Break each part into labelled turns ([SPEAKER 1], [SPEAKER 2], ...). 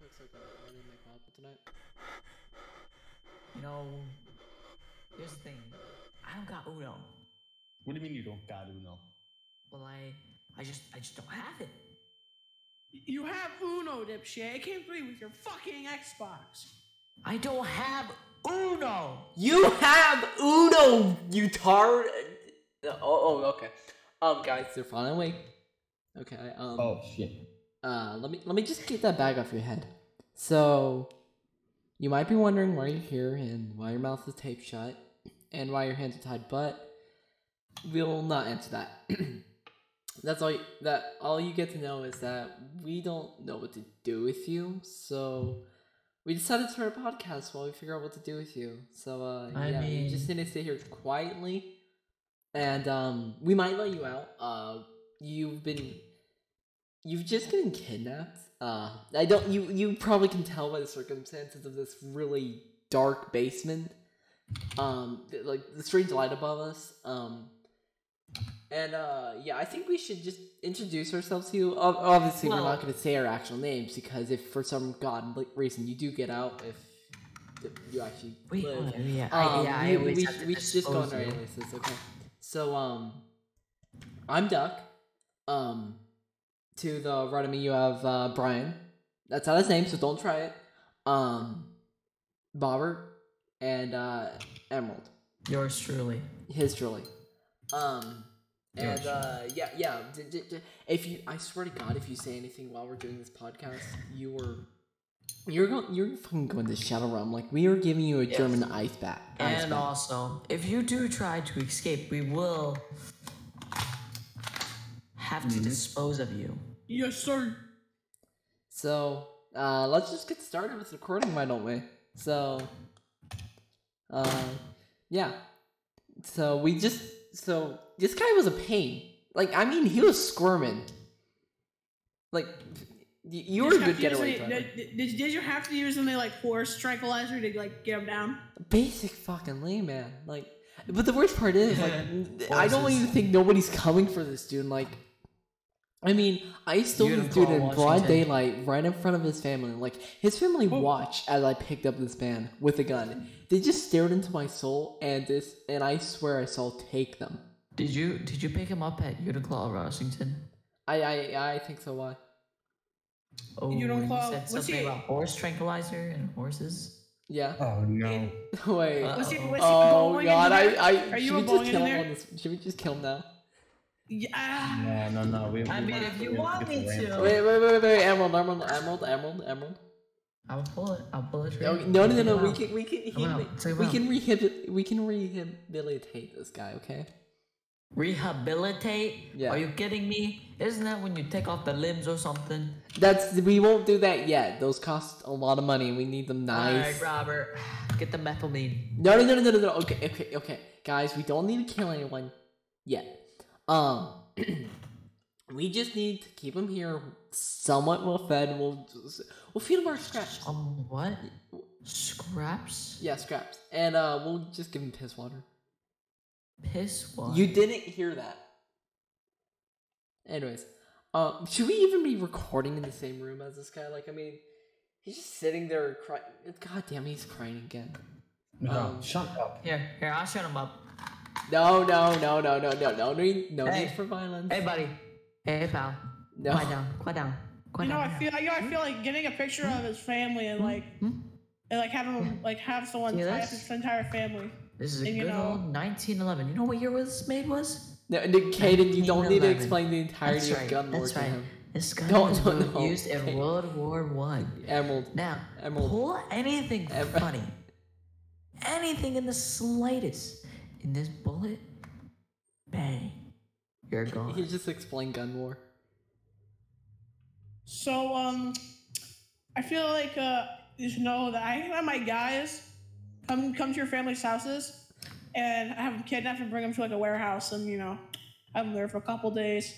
[SPEAKER 1] looks like a Northern McMuffin tonight?
[SPEAKER 2] You know, here's the thing. I don't got Uno.
[SPEAKER 3] What do you mean you don't got Uno?
[SPEAKER 2] Well, I, I just, I just don't have it.
[SPEAKER 4] You have Uno, dipshit. I can't play with your fucking Xbox.
[SPEAKER 2] I don't have Uno.
[SPEAKER 1] You have Uno, you tar. Oh, oh, okay. Um, guys, they're falling away. Okay. Um.
[SPEAKER 3] Oh shit.
[SPEAKER 1] Uh, let me let me just get that bag off your head. So, you might be wondering why you're here and why your mouth is taped shut and why your hands are tied, but we'll not answer that. That's all. You, that all you get to know is that we don't know what to do with you. So, we decided to start a podcast while we figure out what to do with you. So, uh,
[SPEAKER 2] I
[SPEAKER 1] yeah,
[SPEAKER 2] mean-
[SPEAKER 1] you just need to sit here quietly, and um, we might let you out. Uh, you've been You've just been kidnapped. Uh, I don't. You you probably can tell by the circumstances of this really dark basement. Um, th- like the strange light above us. Um, and uh, yeah, I think we should just introduce ourselves to you. Ob- Obviously, we're
[SPEAKER 2] Well-
[SPEAKER 1] not going to say our actual names because if for some god reason you do get out, if if you actually
[SPEAKER 2] Wait,
[SPEAKER 1] live,
[SPEAKER 2] oh, yeah, I,
[SPEAKER 1] um,
[SPEAKER 2] yeah, I
[SPEAKER 1] we,
[SPEAKER 2] always
[SPEAKER 1] we,
[SPEAKER 2] have to
[SPEAKER 1] we should just go
[SPEAKER 2] dispose
[SPEAKER 1] on our
[SPEAKER 2] you.
[SPEAKER 1] aliases, okay? So, um, I'm Duck. Um, to the right of me, you have uh, Brian. That's not his name, so don't try it. Um, Bobbert and uh, Emerald.
[SPEAKER 2] Yours truly.
[SPEAKER 1] His truly. Um, and
[SPEAKER 2] Gotcha.
[SPEAKER 1] uh, yeah, yeah. d- d- d- if you, I swear to God, if you say anything while we're doing this podcast, you are. You're going. You're fucking going to Shadow Realm. Like we are giving you a German ice bat. ice
[SPEAKER 2] And
[SPEAKER 1] bath.
[SPEAKER 2] also, if you do try to escape, we will have to
[SPEAKER 1] Mm-hmm.
[SPEAKER 2] dispose of you.
[SPEAKER 4] Yes, sir.
[SPEAKER 1] So, uh, let's just get started with recording, why don't we? So, uh, yeah. So we just, so this guy was a pain. Like, I mean, he was squirming. Like, y- you were a
[SPEAKER 4] Did you have
[SPEAKER 1] good
[SPEAKER 4] to use
[SPEAKER 1] getaway
[SPEAKER 4] any-
[SPEAKER 1] driver.
[SPEAKER 4] Did, did, did you have to use any like horse tranquilizer to like get him down?
[SPEAKER 1] Basic fucking lame, man. Like, but the worst part is, like, I don't
[SPEAKER 2] Horses.
[SPEAKER 1] even think nobody's coming for this dude. Like, I mean, I stole this
[SPEAKER 2] Beautiful
[SPEAKER 1] dude in broad
[SPEAKER 2] Washington.
[SPEAKER 1] daylight right in front of his family. Like, his family watched as I picked up this man with a gun. They just stared into my soul, and this, and I swear I saw take them.
[SPEAKER 2] Did you did you pick him up at Uniclaw Washington?
[SPEAKER 1] I, I, I think so. Why?
[SPEAKER 2] Oh,
[SPEAKER 4] Uniclaw-
[SPEAKER 2] and you said
[SPEAKER 4] was
[SPEAKER 2] something
[SPEAKER 4] he-
[SPEAKER 2] about horse tranquilizer and horses.
[SPEAKER 1] Yeah.
[SPEAKER 3] Oh no.
[SPEAKER 1] Wait.
[SPEAKER 2] Uh,
[SPEAKER 4] Was he, was he
[SPEAKER 1] oh
[SPEAKER 4] bowling
[SPEAKER 1] God!
[SPEAKER 4] in
[SPEAKER 1] I,
[SPEAKER 4] there?
[SPEAKER 1] I.
[SPEAKER 4] Are
[SPEAKER 1] should
[SPEAKER 4] you
[SPEAKER 1] we
[SPEAKER 4] a
[SPEAKER 1] just
[SPEAKER 4] bowling
[SPEAKER 1] kill
[SPEAKER 4] in
[SPEAKER 1] him on
[SPEAKER 4] there?
[SPEAKER 1] this? Should we just kill him now?
[SPEAKER 4] Yeah. ah,
[SPEAKER 3] No, no, no. We,
[SPEAKER 2] I
[SPEAKER 3] we
[SPEAKER 2] mean,
[SPEAKER 3] want
[SPEAKER 2] if
[SPEAKER 3] to
[SPEAKER 2] you
[SPEAKER 3] get
[SPEAKER 2] want
[SPEAKER 3] the
[SPEAKER 2] me
[SPEAKER 3] rant.
[SPEAKER 2] to.
[SPEAKER 1] Wait, wait, wait, wait, wait! Emerald, emerald, emerald, emerald, emerald.
[SPEAKER 2] I'll pull it. I'll pull it. for
[SPEAKER 1] No,
[SPEAKER 2] you.
[SPEAKER 1] no, no, no.
[SPEAKER 2] Wow.
[SPEAKER 1] We can, we can,
[SPEAKER 2] Come on,
[SPEAKER 1] he,
[SPEAKER 2] say
[SPEAKER 1] we
[SPEAKER 2] wow.
[SPEAKER 1] can rehabilitate, we can rehabilitate this guy. Okay.
[SPEAKER 2] Rehabilitate?
[SPEAKER 1] Yeah.
[SPEAKER 2] Are you kidding me? Isn't that when you take off the limbs or something?
[SPEAKER 1] That's we won't do that yet. Those cost a lot of money. We need them nice.
[SPEAKER 2] Alright, Robert. Get the methylamine.
[SPEAKER 1] no, no, no, no, no, no, no. Okay, okay, okay, guys. We don't need to kill anyone yet. Um, we just need to keep him here, somewhat well fed. We'll just, we'll feed him our scraps.
[SPEAKER 2] Um, what? Scraps?
[SPEAKER 1] Yeah, scraps, and uh, we'll just give him piss water.
[SPEAKER 2] Piss water.
[SPEAKER 1] You didn't hear that. Anyways, um, should we even be recording in the same room as this guy? Like, I mean, he's just sitting there crying. God damn, he's crying again. um,
[SPEAKER 3] No, shut up.
[SPEAKER 2] Here, here, I'll shut him up.
[SPEAKER 1] No, no, no, no, no, no, no need, no
[SPEAKER 2] Hey.
[SPEAKER 1] need for violence.
[SPEAKER 2] Hey, buddy. Hey, pal.
[SPEAKER 1] No.
[SPEAKER 2] Quiet down. Quiet down. Quiet
[SPEAKER 4] You know,
[SPEAKER 2] down.
[SPEAKER 4] I feel, you know, I feel like getting a picture of his family
[SPEAKER 1] Hmm?
[SPEAKER 4] and like,
[SPEAKER 2] Hmm?
[SPEAKER 4] and like have him like have someone
[SPEAKER 2] See
[SPEAKER 4] tie up
[SPEAKER 2] this?
[SPEAKER 4] his entire family.
[SPEAKER 2] This is a
[SPEAKER 4] and you
[SPEAKER 2] good
[SPEAKER 4] know-
[SPEAKER 2] old 1911. You know what year was made was?
[SPEAKER 1] No, no, Caden, you don't need to
[SPEAKER 2] 1911.
[SPEAKER 1] explain the entirety
[SPEAKER 2] That's
[SPEAKER 1] of
[SPEAKER 2] right.
[SPEAKER 1] gun lore
[SPEAKER 2] That's
[SPEAKER 1] to
[SPEAKER 2] right.
[SPEAKER 1] him.
[SPEAKER 2] This gun
[SPEAKER 1] No,
[SPEAKER 2] was
[SPEAKER 1] no, no.
[SPEAKER 2] used in World War One.
[SPEAKER 1] Emerald,
[SPEAKER 2] Now,
[SPEAKER 1] Emerald.
[SPEAKER 2] pull anything
[SPEAKER 1] Emerald.
[SPEAKER 2] funny, anything in the slightest, in this bullet, bang, you're gone.
[SPEAKER 1] he just explained gun lore.
[SPEAKER 4] So um, I feel like uh, you should know that I have my guys come come to your family's houses, and I have them kidnapped and bring them to like a warehouse, and you know, have them there for a couple days.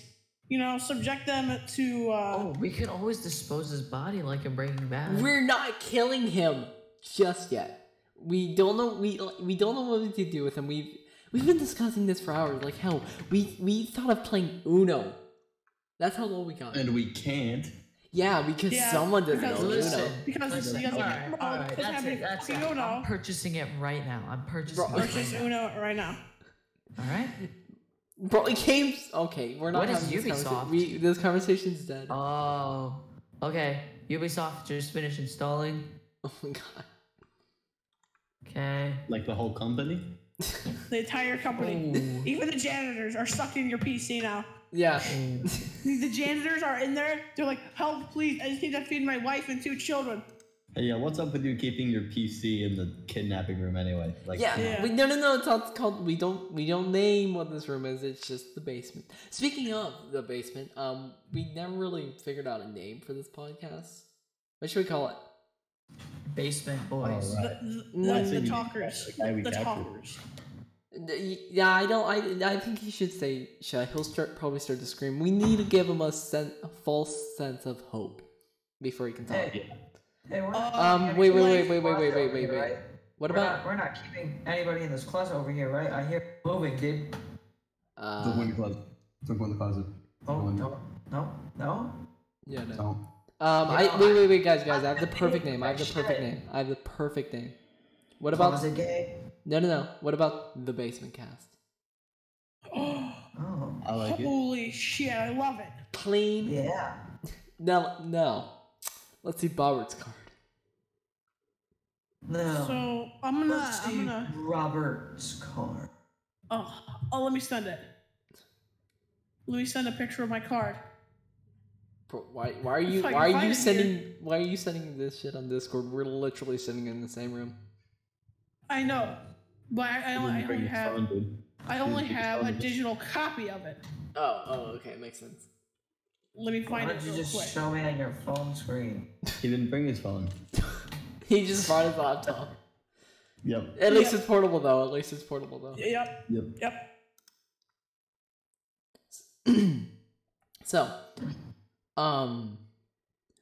[SPEAKER 4] You know, subject them to. Uh,
[SPEAKER 2] Oh, we could always dispose his body like in Breaking Bad.
[SPEAKER 1] We're not killing him just yet. We don't know. We we don't know what to do with him. We've we've been discussing this for hours. Like hell, we we thought of playing Uno. That's how low we got.
[SPEAKER 3] And we can't.
[SPEAKER 1] Yeah, because
[SPEAKER 4] Yeah,
[SPEAKER 1] Oh, someone doesn't
[SPEAKER 4] because-
[SPEAKER 1] know Uno.
[SPEAKER 2] Listen.
[SPEAKER 4] Because this, you guys
[SPEAKER 2] All
[SPEAKER 4] are
[SPEAKER 2] right,
[SPEAKER 4] about
[SPEAKER 2] all right,
[SPEAKER 4] what's
[SPEAKER 2] that's
[SPEAKER 4] happening
[SPEAKER 2] it. That's
[SPEAKER 4] to
[SPEAKER 2] it. I'm
[SPEAKER 4] Uno
[SPEAKER 2] purchasing it right now. I'm purchasing
[SPEAKER 1] Bro,
[SPEAKER 2] it
[SPEAKER 4] versus
[SPEAKER 2] right now.
[SPEAKER 4] Uno right now.
[SPEAKER 2] All right.
[SPEAKER 1] Bro, it came. Okay, we're not
[SPEAKER 2] What is
[SPEAKER 1] having this
[SPEAKER 2] Ubisoft?
[SPEAKER 1] conversation. We, this conversation's dead.
[SPEAKER 2] Oh, okay. Ubisoft just finished installing.
[SPEAKER 1] oh my god.
[SPEAKER 2] Okay.
[SPEAKER 3] Like the whole company?
[SPEAKER 4] The entire company,
[SPEAKER 2] Ooh.
[SPEAKER 4] even the janitors, are stuck in your PC now.
[SPEAKER 1] Yeah.
[SPEAKER 4] The janitors are in there. They're like, "Help, please! I just need to feed my wife and two children."
[SPEAKER 3] Hey, yeah, what's up with you keeping your PC in the kidnapping room anyway? Like,
[SPEAKER 1] Yeah.
[SPEAKER 4] Yeah.
[SPEAKER 1] We, no, no, no. It's not called. We don't. We don't name what this room is. It's just the basement. Speaking of the basement, um, we never really figured out a name for this podcast. What should we call it?
[SPEAKER 2] Basement boys.
[SPEAKER 3] Alright.
[SPEAKER 4] The,
[SPEAKER 1] Mm.
[SPEAKER 4] the, the, the talkers.
[SPEAKER 3] The guy we
[SPEAKER 4] The
[SPEAKER 3] captured.
[SPEAKER 4] talkers.
[SPEAKER 1] D- y- Yeah, I don't. I I think he should say. Should he'll start probably start to scream. We need to give him a, sen- a false sense of hope before he can
[SPEAKER 3] Oh,
[SPEAKER 1] talk.
[SPEAKER 5] Hey, hey, we're
[SPEAKER 4] Uh,
[SPEAKER 5] not
[SPEAKER 1] Um,
[SPEAKER 5] keeping
[SPEAKER 1] wait,
[SPEAKER 5] anybody
[SPEAKER 1] wait, wait,
[SPEAKER 5] in
[SPEAKER 1] wait,
[SPEAKER 5] this
[SPEAKER 1] wait, wait,
[SPEAKER 5] closet
[SPEAKER 1] wait,
[SPEAKER 5] over
[SPEAKER 1] wait,
[SPEAKER 5] here,
[SPEAKER 1] wait.
[SPEAKER 5] right?
[SPEAKER 1] What
[SPEAKER 5] We're
[SPEAKER 1] about
[SPEAKER 5] Not, we're not keeping anybody in this closet over here, right? I hear you moving, kid.
[SPEAKER 1] uh?
[SPEAKER 3] Don't go in the closet. Don't go in the closet.
[SPEAKER 5] Oh,
[SPEAKER 3] One.
[SPEAKER 5] no, no, no.
[SPEAKER 1] Yeah, no.
[SPEAKER 3] Don't.
[SPEAKER 1] Um, I
[SPEAKER 5] Yeah.
[SPEAKER 1] wait, wait, wait, guys, guys. I have the
[SPEAKER 5] I'm
[SPEAKER 1] perfect
[SPEAKER 5] thinking
[SPEAKER 1] name. I have the
[SPEAKER 5] that
[SPEAKER 1] perfect
[SPEAKER 5] Oh, shit.
[SPEAKER 1] name. I have the perfect name. What about
[SPEAKER 5] Closet gay.
[SPEAKER 1] no, no, no? What about the basement cast?
[SPEAKER 5] Oh,
[SPEAKER 3] I like it.
[SPEAKER 4] Holy shit! I love it.
[SPEAKER 1] Clean.
[SPEAKER 5] yeah.
[SPEAKER 1] No, no. Let's see Bobbert's card.
[SPEAKER 5] No.
[SPEAKER 4] So I'm gonna.
[SPEAKER 5] Let's
[SPEAKER 4] I'm
[SPEAKER 5] see
[SPEAKER 4] gonna.
[SPEAKER 5] Robert's car.
[SPEAKER 4] Oh, oh, let me send it. Let me send a picture of my card.
[SPEAKER 1] Bro, why, why are you
[SPEAKER 4] If I
[SPEAKER 1] why
[SPEAKER 4] can
[SPEAKER 1] are
[SPEAKER 4] find
[SPEAKER 1] you
[SPEAKER 4] it here.
[SPEAKER 1] sending why are you sending this shit on Discord? We're literally sitting in the same room.
[SPEAKER 4] I know, but I, I only, I only have.
[SPEAKER 3] dude.
[SPEAKER 4] I only
[SPEAKER 3] Didn't bring
[SPEAKER 4] have
[SPEAKER 3] your
[SPEAKER 4] a
[SPEAKER 3] phone.
[SPEAKER 4] digital copy of it.
[SPEAKER 1] Oh, oh, okay, makes sense.
[SPEAKER 4] Let me
[SPEAKER 5] Why
[SPEAKER 4] find
[SPEAKER 5] don't
[SPEAKER 4] it
[SPEAKER 5] you
[SPEAKER 4] real
[SPEAKER 5] just
[SPEAKER 4] quick.
[SPEAKER 5] show me on your phone screen?
[SPEAKER 3] He didn't bring his phone.
[SPEAKER 1] He just brought his laptop.
[SPEAKER 3] Yep.
[SPEAKER 1] At least
[SPEAKER 4] Yeah.
[SPEAKER 1] it's portable though. At least it's portable though.
[SPEAKER 4] Yep.
[SPEAKER 3] Yep.
[SPEAKER 4] Yep.
[SPEAKER 1] So, um,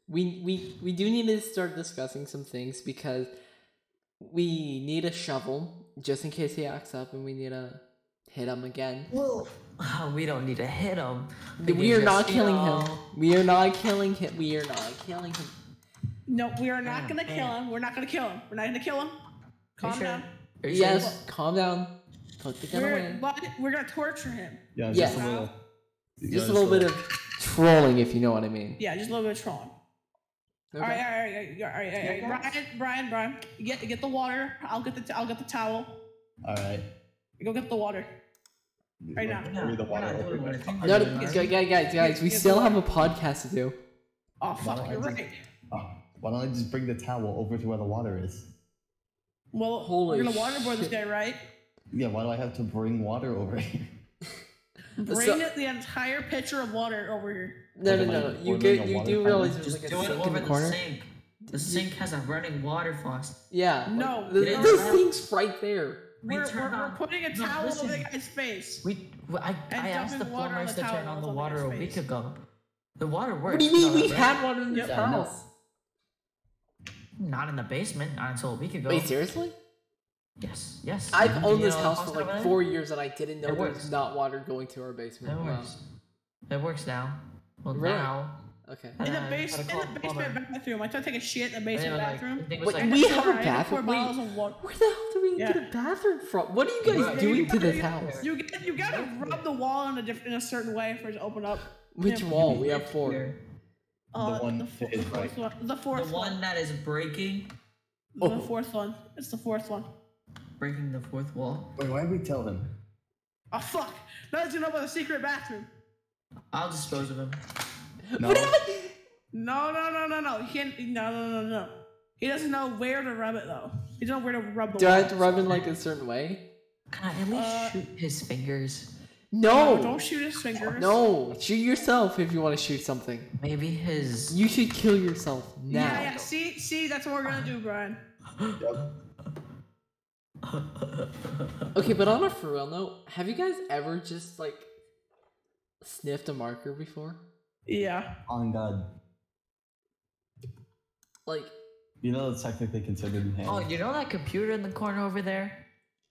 [SPEAKER 1] we we we do need to start discussing some things because we need a shovel just in case he acts up, and we need to hit him again.
[SPEAKER 5] Well,
[SPEAKER 2] Oh, we don't need to hit him.
[SPEAKER 1] We are not killing him. We are not killing him. We are not killing him.
[SPEAKER 4] No, we are not
[SPEAKER 2] Oh,
[SPEAKER 4] gonna kill him. We're not gonna kill him. We're not gonna kill him. Calm
[SPEAKER 2] sure?
[SPEAKER 4] down.
[SPEAKER 2] Are you
[SPEAKER 1] yes,
[SPEAKER 2] sure?
[SPEAKER 1] calm down. Put the gun
[SPEAKER 4] We're,
[SPEAKER 1] away.
[SPEAKER 4] but we're gonna torture him.
[SPEAKER 3] Yeah,
[SPEAKER 1] Yes.
[SPEAKER 3] just a little.
[SPEAKER 1] Just a little bit of trolling, if you know what I mean.
[SPEAKER 4] Yeah, just a little bit of trolling.
[SPEAKER 1] Okay.
[SPEAKER 4] All right, all right, all right, all right, all right, all right. Brian, Brian, Brian, get get the water. I'll get the t- I'll get the towel.
[SPEAKER 3] All right.
[SPEAKER 4] Go get the water. Right now.
[SPEAKER 5] we're
[SPEAKER 3] Give me
[SPEAKER 5] not,
[SPEAKER 3] the
[SPEAKER 5] we're
[SPEAKER 3] water
[SPEAKER 5] not
[SPEAKER 3] open.
[SPEAKER 5] doing anything.
[SPEAKER 1] No, no, guys, guys, guys, guys, we
[SPEAKER 4] Yeah,
[SPEAKER 1] still
[SPEAKER 4] yeah.
[SPEAKER 1] have a podcast to do.
[SPEAKER 4] Oh fuck,
[SPEAKER 3] Wow,
[SPEAKER 4] you're
[SPEAKER 3] I did-
[SPEAKER 4] right.
[SPEAKER 3] Oh, why don't I just bring the towel over to where the water is?
[SPEAKER 4] Well,
[SPEAKER 1] Holy
[SPEAKER 4] we're gonna waterboard
[SPEAKER 1] shit.
[SPEAKER 4] this guy, right?
[SPEAKER 3] Yeah, why do I have to bring water over here?
[SPEAKER 4] Bring
[SPEAKER 1] So-
[SPEAKER 4] the entire pitcher of water over here.
[SPEAKER 1] No, no,
[SPEAKER 3] Like, am I
[SPEAKER 1] no. You
[SPEAKER 3] ordering
[SPEAKER 1] do,
[SPEAKER 3] a
[SPEAKER 1] you
[SPEAKER 3] water
[SPEAKER 1] do
[SPEAKER 3] fountain?
[SPEAKER 1] realize there's
[SPEAKER 5] Just
[SPEAKER 1] like
[SPEAKER 5] do
[SPEAKER 1] a
[SPEAKER 5] it
[SPEAKER 1] sink in
[SPEAKER 5] over
[SPEAKER 1] the
[SPEAKER 5] the,
[SPEAKER 1] corner.
[SPEAKER 5] sink. The sink has a running water faucet.
[SPEAKER 1] Yeah.
[SPEAKER 4] No,
[SPEAKER 1] like, th-
[SPEAKER 5] it
[SPEAKER 1] this
[SPEAKER 5] is.
[SPEAKER 1] thing's right there.
[SPEAKER 5] We
[SPEAKER 4] We're, we're,
[SPEAKER 5] turn
[SPEAKER 4] we're
[SPEAKER 5] on-
[SPEAKER 4] putting a
[SPEAKER 5] No,
[SPEAKER 4] towel over the
[SPEAKER 5] listen.
[SPEAKER 4] guy's face.
[SPEAKER 2] We, we- I, I asked
[SPEAKER 4] dumping
[SPEAKER 2] the
[SPEAKER 4] water on
[SPEAKER 2] plumbers
[SPEAKER 4] the
[SPEAKER 2] to turn
[SPEAKER 4] towel
[SPEAKER 2] on the
[SPEAKER 4] on the
[SPEAKER 2] water a
[SPEAKER 4] guy's
[SPEAKER 2] week
[SPEAKER 4] face.
[SPEAKER 2] ago. The water works.
[SPEAKER 1] What do you mean
[SPEAKER 2] no,
[SPEAKER 1] we
[SPEAKER 2] but
[SPEAKER 1] had water in this
[SPEAKER 3] Yeah, I know.
[SPEAKER 1] house?
[SPEAKER 2] Not in the basement. Not until a week ago.
[SPEAKER 1] Wait, seriously?
[SPEAKER 2] Yes, yes.
[SPEAKER 1] I've
[SPEAKER 2] You
[SPEAKER 1] owned this
[SPEAKER 2] know,
[SPEAKER 1] house for
[SPEAKER 2] also
[SPEAKER 1] like
[SPEAKER 2] when-
[SPEAKER 1] four years and I didn't know
[SPEAKER 2] It
[SPEAKER 1] there
[SPEAKER 2] works.
[SPEAKER 1] was not water going to our basement.
[SPEAKER 2] That
[SPEAKER 1] Wow.
[SPEAKER 2] works. That works now. Well,
[SPEAKER 1] Really?
[SPEAKER 2] now.
[SPEAKER 1] Okay.
[SPEAKER 2] and
[SPEAKER 4] In the,
[SPEAKER 2] I
[SPEAKER 4] base,
[SPEAKER 2] gotta
[SPEAKER 4] in
[SPEAKER 2] call
[SPEAKER 4] the
[SPEAKER 2] a plumber.
[SPEAKER 4] basement bathroom. I tried to take a shit in the
[SPEAKER 2] And they
[SPEAKER 4] basement
[SPEAKER 2] were like-
[SPEAKER 4] bathroom.
[SPEAKER 2] and they was
[SPEAKER 1] Wait,
[SPEAKER 2] like,
[SPEAKER 1] we
[SPEAKER 4] I
[SPEAKER 1] have
[SPEAKER 4] had
[SPEAKER 1] a
[SPEAKER 4] to pour- I had to pour
[SPEAKER 1] bathroom. Wait,
[SPEAKER 4] bottles of water.
[SPEAKER 1] where the hell do we get
[SPEAKER 4] Yeah.
[SPEAKER 1] a bathroom from? What are you guys
[SPEAKER 5] Right.
[SPEAKER 1] doing to
[SPEAKER 4] You
[SPEAKER 1] this
[SPEAKER 4] gotta-
[SPEAKER 1] house?
[SPEAKER 4] You get, you gotta rub the wall in a different, in a certain way for it to open up.
[SPEAKER 1] Which
[SPEAKER 4] Yeah.
[SPEAKER 1] wall? We have four.
[SPEAKER 5] Here.
[SPEAKER 4] Uh,
[SPEAKER 3] one
[SPEAKER 4] the,
[SPEAKER 3] to
[SPEAKER 4] fo-
[SPEAKER 3] his
[SPEAKER 4] the fourth one. The
[SPEAKER 5] The
[SPEAKER 4] fourth
[SPEAKER 5] one
[SPEAKER 4] one.
[SPEAKER 5] that is breaking,
[SPEAKER 1] Oh.
[SPEAKER 4] The fourth one. It's the fourth one.
[SPEAKER 5] breaking the fourth wall.
[SPEAKER 3] Wait, why did we tell him?
[SPEAKER 4] Oh fuck! Now that you know about the secret bathroom.
[SPEAKER 5] I'll dispose of him.
[SPEAKER 3] No.
[SPEAKER 1] What happened?
[SPEAKER 4] No, no, no, no, no. He can't. No, no, no, no. He doesn't know where to rub it though. He doesn't know where to rub the.
[SPEAKER 1] Do I
[SPEAKER 4] wall.
[SPEAKER 1] have to rub in like a certain way?
[SPEAKER 2] Can I at least
[SPEAKER 4] Uh,
[SPEAKER 2] shoot his fingers?
[SPEAKER 4] No,
[SPEAKER 1] No.
[SPEAKER 4] don't shoot his fingers.
[SPEAKER 1] No, shoot yourself if you want to shoot something.
[SPEAKER 2] Maybe his.
[SPEAKER 1] You should kill yourself now.
[SPEAKER 4] Yeah, yeah. See, see, that's what we're gonna do, Brian.
[SPEAKER 1] Okay, but on a for real note, have you guys ever just like sniffed a marker before?
[SPEAKER 4] Yeah.
[SPEAKER 3] On God.
[SPEAKER 1] Like
[SPEAKER 3] You know that's technically considered in hand.
[SPEAKER 2] Oh, you know that computer in the corner over there?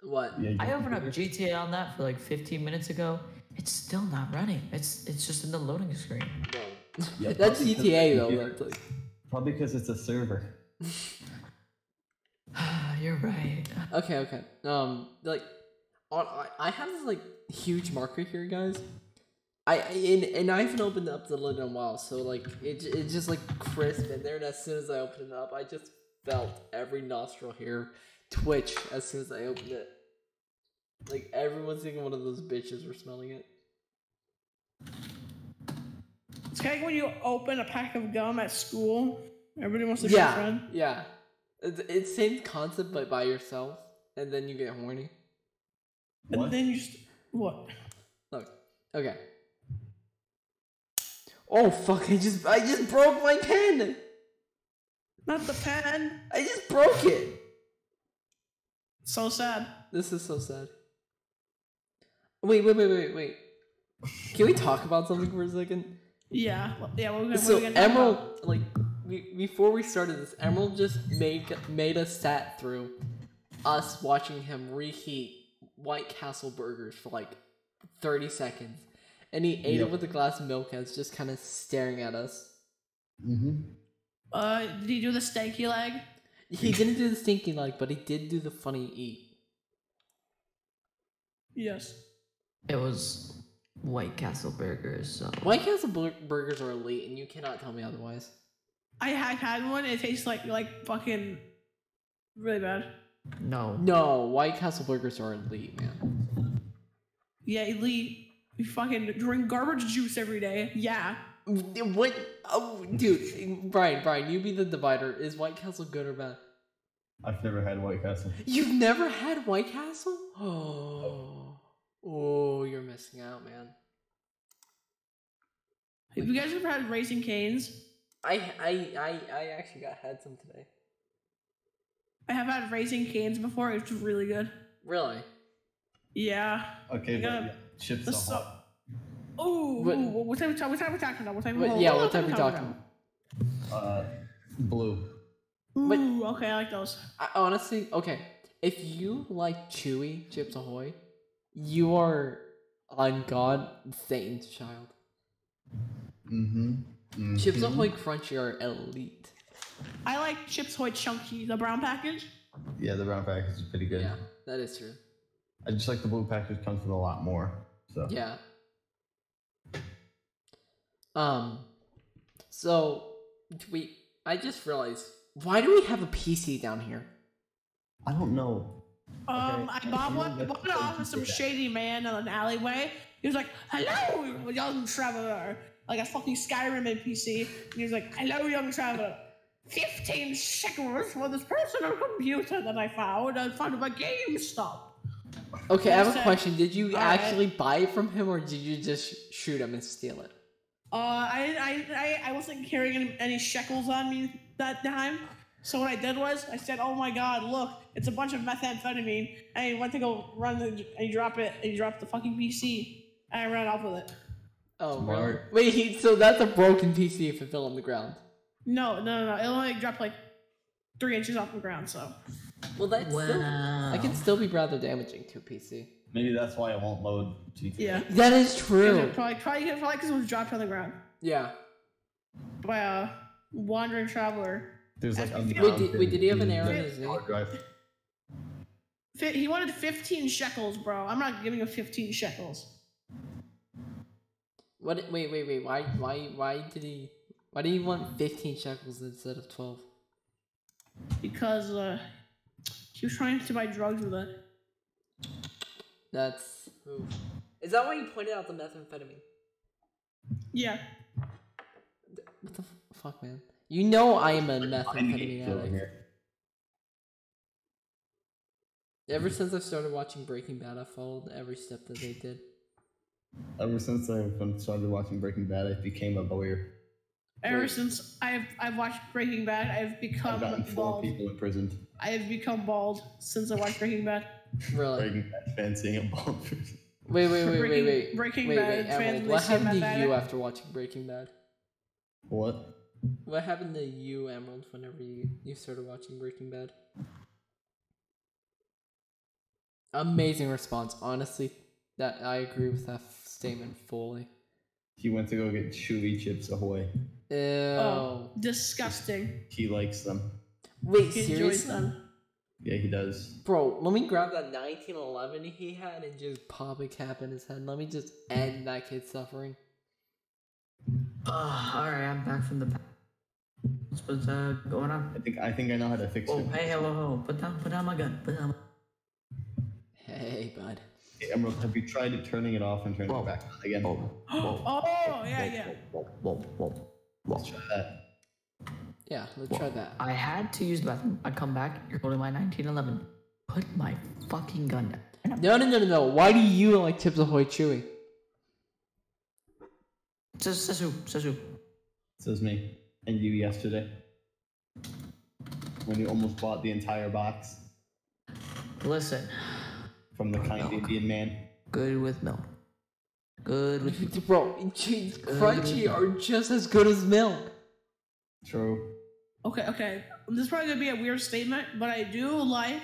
[SPEAKER 1] what?
[SPEAKER 3] Yeah, you
[SPEAKER 2] I
[SPEAKER 3] can
[SPEAKER 2] opened up
[SPEAKER 3] do it.
[SPEAKER 2] GTA on that for like 15 minutes ago. It's still not running. It's it's just in the loading screen.
[SPEAKER 1] No.
[SPEAKER 3] Yeah,
[SPEAKER 1] That's
[SPEAKER 3] probably 'cause
[SPEAKER 1] GTA
[SPEAKER 3] the
[SPEAKER 1] though.
[SPEAKER 3] computer-
[SPEAKER 1] That's like,
[SPEAKER 3] Probably because it's a server.
[SPEAKER 2] You're right.
[SPEAKER 1] okay, okay. Um, like, on, I, I have this like huge marker here, guys. I I- and, and I haven't opened up the lid in a while, so like it j- it's just like crisp in there. And as soon as I opened it up, I just felt every nostril here twitch as soon as I opened it. Like every single one of those bitches were smelling it.
[SPEAKER 4] It's kind of like when you open a pack of gum at school. Everybody wants to be your
[SPEAKER 1] Yeah,
[SPEAKER 4] friend.
[SPEAKER 1] yeah. It's, it's same concept, but by yourself, and then you get horny.
[SPEAKER 4] And
[SPEAKER 3] What?
[SPEAKER 4] then you just what?
[SPEAKER 1] Look, okay. Oh fuck! I just I just broke my pen.
[SPEAKER 4] Not the pen.
[SPEAKER 1] I just broke it.
[SPEAKER 4] So sad.
[SPEAKER 1] This is so sad. Wait, wait, wait, wait, wait. Can we talk about something for a second?
[SPEAKER 4] Yeah. well- Yeah. What are we gonna,
[SPEAKER 1] so
[SPEAKER 4] what are we gonna talk
[SPEAKER 1] Emerald,
[SPEAKER 4] about?
[SPEAKER 1] like, we, before we started this, Emerald just make made us sat through us watching him reheat White Castle burgers for like thirty seconds, and he ate
[SPEAKER 3] Yep.
[SPEAKER 1] it with a glass of milk and was just kind of staring at us.
[SPEAKER 3] Mm-hmm.
[SPEAKER 4] Uh, did he do the stanky leg?
[SPEAKER 1] He didn't do the stinky leg, but he did do the funny eat.
[SPEAKER 4] Yes.
[SPEAKER 2] It was White Castle burgers, so
[SPEAKER 1] White Castle bur- burgers are elite, and you cannot tell me otherwise.
[SPEAKER 4] I had had one. It tastes like like fucking really bad.
[SPEAKER 2] no.
[SPEAKER 1] No, White Castle burgers are elite, man.
[SPEAKER 4] Yeah, Lee, you fucking drink garbage juice every day. Yeah.
[SPEAKER 1] What? Oh, dude, Brian, Brian, you be the divider. Is White Castle good or bad?
[SPEAKER 3] I've never had White Castle.
[SPEAKER 1] You've never had White Castle? Oh, oh, you're missing out, man.
[SPEAKER 4] Have you guys ever had Raising Canes?
[SPEAKER 1] I, I, I, I actually got had some today.
[SPEAKER 4] I have had Raising Canes before. It's really good.
[SPEAKER 1] Really?
[SPEAKER 4] Yeah.
[SPEAKER 3] Okay, but
[SPEAKER 4] Yeah,
[SPEAKER 3] yeah, chips
[SPEAKER 4] the
[SPEAKER 3] are
[SPEAKER 4] so-
[SPEAKER 3] hot.
[SPEAKER 4] Oh,
[SPEAKER 1] What-
[SPEAKER 4] what, what type? What type we talking about? What type?
[SPEAKER 1] What-
[SPEAKER 4] oh,
[SPEAKER 1] yeah, what type we
[SPEAKER 4] we
[SPEAKER 1] talking
[SPEAKER 3] Uh, blue.
[SPEAKER 1] But-
[SPEAKER 4] Ooh, okay, I like those.
[SPEAKER 1] I, honestly, okay. If you like chewy Chips Ahoy, you are on God Satan's child.
[SPEAKER 3] Mm-hmm.
[SPEAKER 1] Chips Ahoy Crunchy are elite.
[SPEAKER 4] I like Chips Hoy Chunky, the brown package.
[SPEAKER 3] Yeah, the round package is pretty good.
[SPEAKER 1] Yeah, that is true.
[SPEAKER 3] I just like the blue package comes with a lot more. So
[SPEAKER 1] Yeah. Um. So do we. I just realized. Why do we have a PC down here?
[SPEAKER 3] I don't know.
[SPEAKER 4] Um,
[SPEAKER 3] Okay.
[SPEAKER 4] I bought
[SPEAKER 3] You
[SPEAKER 4] one. I
[SPEAKER 3] don't
[SPEAKER 4] bought
[SPEAKER 3] get
[SPEAKER 4] it
[SPEAKER 3] to
[SPEAKER 4] off of some
[SPEAKER 3] do that.
[SPEAKER 4] shady man in an alleyway. He was like, "Hello, young traveler," like a fucking Skyrim NPC. And he was like, "Hello, young traveler." Fifteen shekels for this personal computer that I found in front of a GameStop.
[SPEAKER 1] Okay, I have a
[SPEAKER 4] Listen,
[SPEAKER 1] question. Did you
[SPEAKER 4] all right.
[SPEAKER 1] actually buy it from him, or did you just shoot him and steal it?
[SPEAKER 4] Uh, I, I, I, I wasn't carrying any, any shekels on me that time. So what I did was I said, "Oh my God, look, it's a bunch of methamphetamine." And he went to go run the, and he dropped it. And he dropped the fucking PC. And I ran off with it.
[SPEAKER 1] Oh, really?
[SPEAKER 3] Smart.
[SPEAKER 1] wait. He, so that's a broken PC if it fell on the ground.
[SPEAKER 4] No, no, no, no. It only dropped like three inches off the ground. So
[SPEAKER 1] Well, that's still.
[SPEAKER 2] Wow.
[SPEAKER 1] I can still be rather damaging to a PC.
[SPEAKER 3] Maybe that's why it won't load GTA.
[SPEAKER 4] yeah,
[SPEAKER 1] That is
[SPEAKER 4] probably
[SPEAKER 1] true.
[SPEAKER 4] probably probably because it was dropped on the ground
[SPEAKER 1] Yeah.
[SPEAKER 4] by a wandering traveler.
[SPEAKER 3] There's like
[SPEAKER 4] Wait,
[SPEAKER 1] did- wait, did he have an error in his name?
[SPEAKER 3] Drive.
[SPEAKER 4] Fi he wanted 15 shekels, bro. I'm not giving him 15 shekels.
[SPEAKER 1] What? Wait, wait, wait. Why? Why? Why did he? Why did he want fifteen shekels instead of twelve?
[SPEAKER 4] because uh, he was trying to buy drugs with it.
[SPEAKER 1] That's. Ooh. Is that why you pointed out the methamphetamine?
[SPEAKER 4] Yeah.
[SPEAKER 1] What the f- fuck, man? You know I am a methamphetamine
[SPEAKER 3] over
[SPEAKER 1] addict.
[SPEAKER 3] here.
[SPEAKER 1] Ever since I started watching Breaking Bad, I followed every step that they did.
[SPEAKER 3] Ever since I started watching Breaking Bad, I became a lawyer.
[SPEAKER 4] Ever
[SPEAKER 1] Right.
[SPEAKER 4] since I've I've watched Breaking Bad, I've
[SPEAKER 3] I've
[SPEAKER 4] become
[SPEAKER 3] gotten four
[SPEAKER 4] bald.
[SPEAKER 3] people imprisoned.
[SPEAKER 4] I have become bald since I watched Breaking Bad.
[SPEAKER 1] Really?
[SPEAKER 3] Breaking Bad fan seeing a bald person.
[SPEAKER 1] Wait, wait, wait, wait,
[SPEAKER 4] Breaking-
[SPEAKER 1] wait.
[SPEAKER 4] Breaking
[SPEAKER 1] wait,
[SPEAKER 4] Bad
[SPEAKER 1] wait, Emerald,
[SPEAKER 4] fans
[SPEAKER 1] what
[SPEAKER 4] may see a
[SPEAKER 1] happened to you
[SPEAKER 4] methamphetamine.
[SPEAKER 1] after watching Breaking Bad?
[SPEAKER 3] What?
[SPEAKER 1] What happened to you, Emerald, whenever you, you started watching Breaking Bad? Amazing response. Honestly, that I agree with that f- statement fully.
[SPEAKER 3] He went to go get chewy chips ahoy.
[SPEAKER 1] Ew.
[SPEAKER 4] Oh. Disgusting.
[SPEAKER 3] He likes them.
[SPEAKER 1] Wait,
[SPEAKER 4] He enjoys
[SPEAKER 1] seriously?
[SPEAKER 4] them.
[SPEAKER 3] Yeah, he does.
[SPEAKER 1] Bro, let me grab that 1911 he had and just pop a cap in his head. Let me just end that kid's suffering.
[SPEAKER 2] Ugh, all right, I'm back from the. What's what's, uh, going on?
[SPEAKER 3] I think I think I know how to fix
[SPEAKER 2] Whoa,
[SPEAKER 3] him.
[SPEAKER 2] hey, whoa, whoa, put down, put down my gun, put down.
[SPEAKER 1] Hey, bud.
[SPEAKER 3] Emerald, have you tried turning it off and turning it back on again?
[SPEAKER 2] Whoa, whoa,
[SPEAKER 4] Oh yeah, yeah.
[SPEAKER 2] whoa, whoa, whoa, whoa.
[SPEAKER 3] Let's try that.
[SPEAKER 1] Yeah, let's try that.
[SPEAKER 2] I had to use the bathroom. I come back. You're holding my 1911. Put my fucking gun down. And
[SPEAKER 1] No, no, no, no, no. Why do you like Chips Ahoy Chewy?
[SPEAKER 2] I- Says says who? Says who?
[SPEAKER 3] Says me. And you yesterday. When you almost bought the entire box
[SPEAKER 2] Listen,
[SPEAKER 3] from the kind Indian man.
[SPEAKER 2] good with milk. Good with milk.
[SPEAKER 1] Bro, cheese crunchy are just as good as milk.
[SPEAKER 3] True.
[SPEAKER 4] Okay, okay. This is probably gonna be a weird statement, but I do like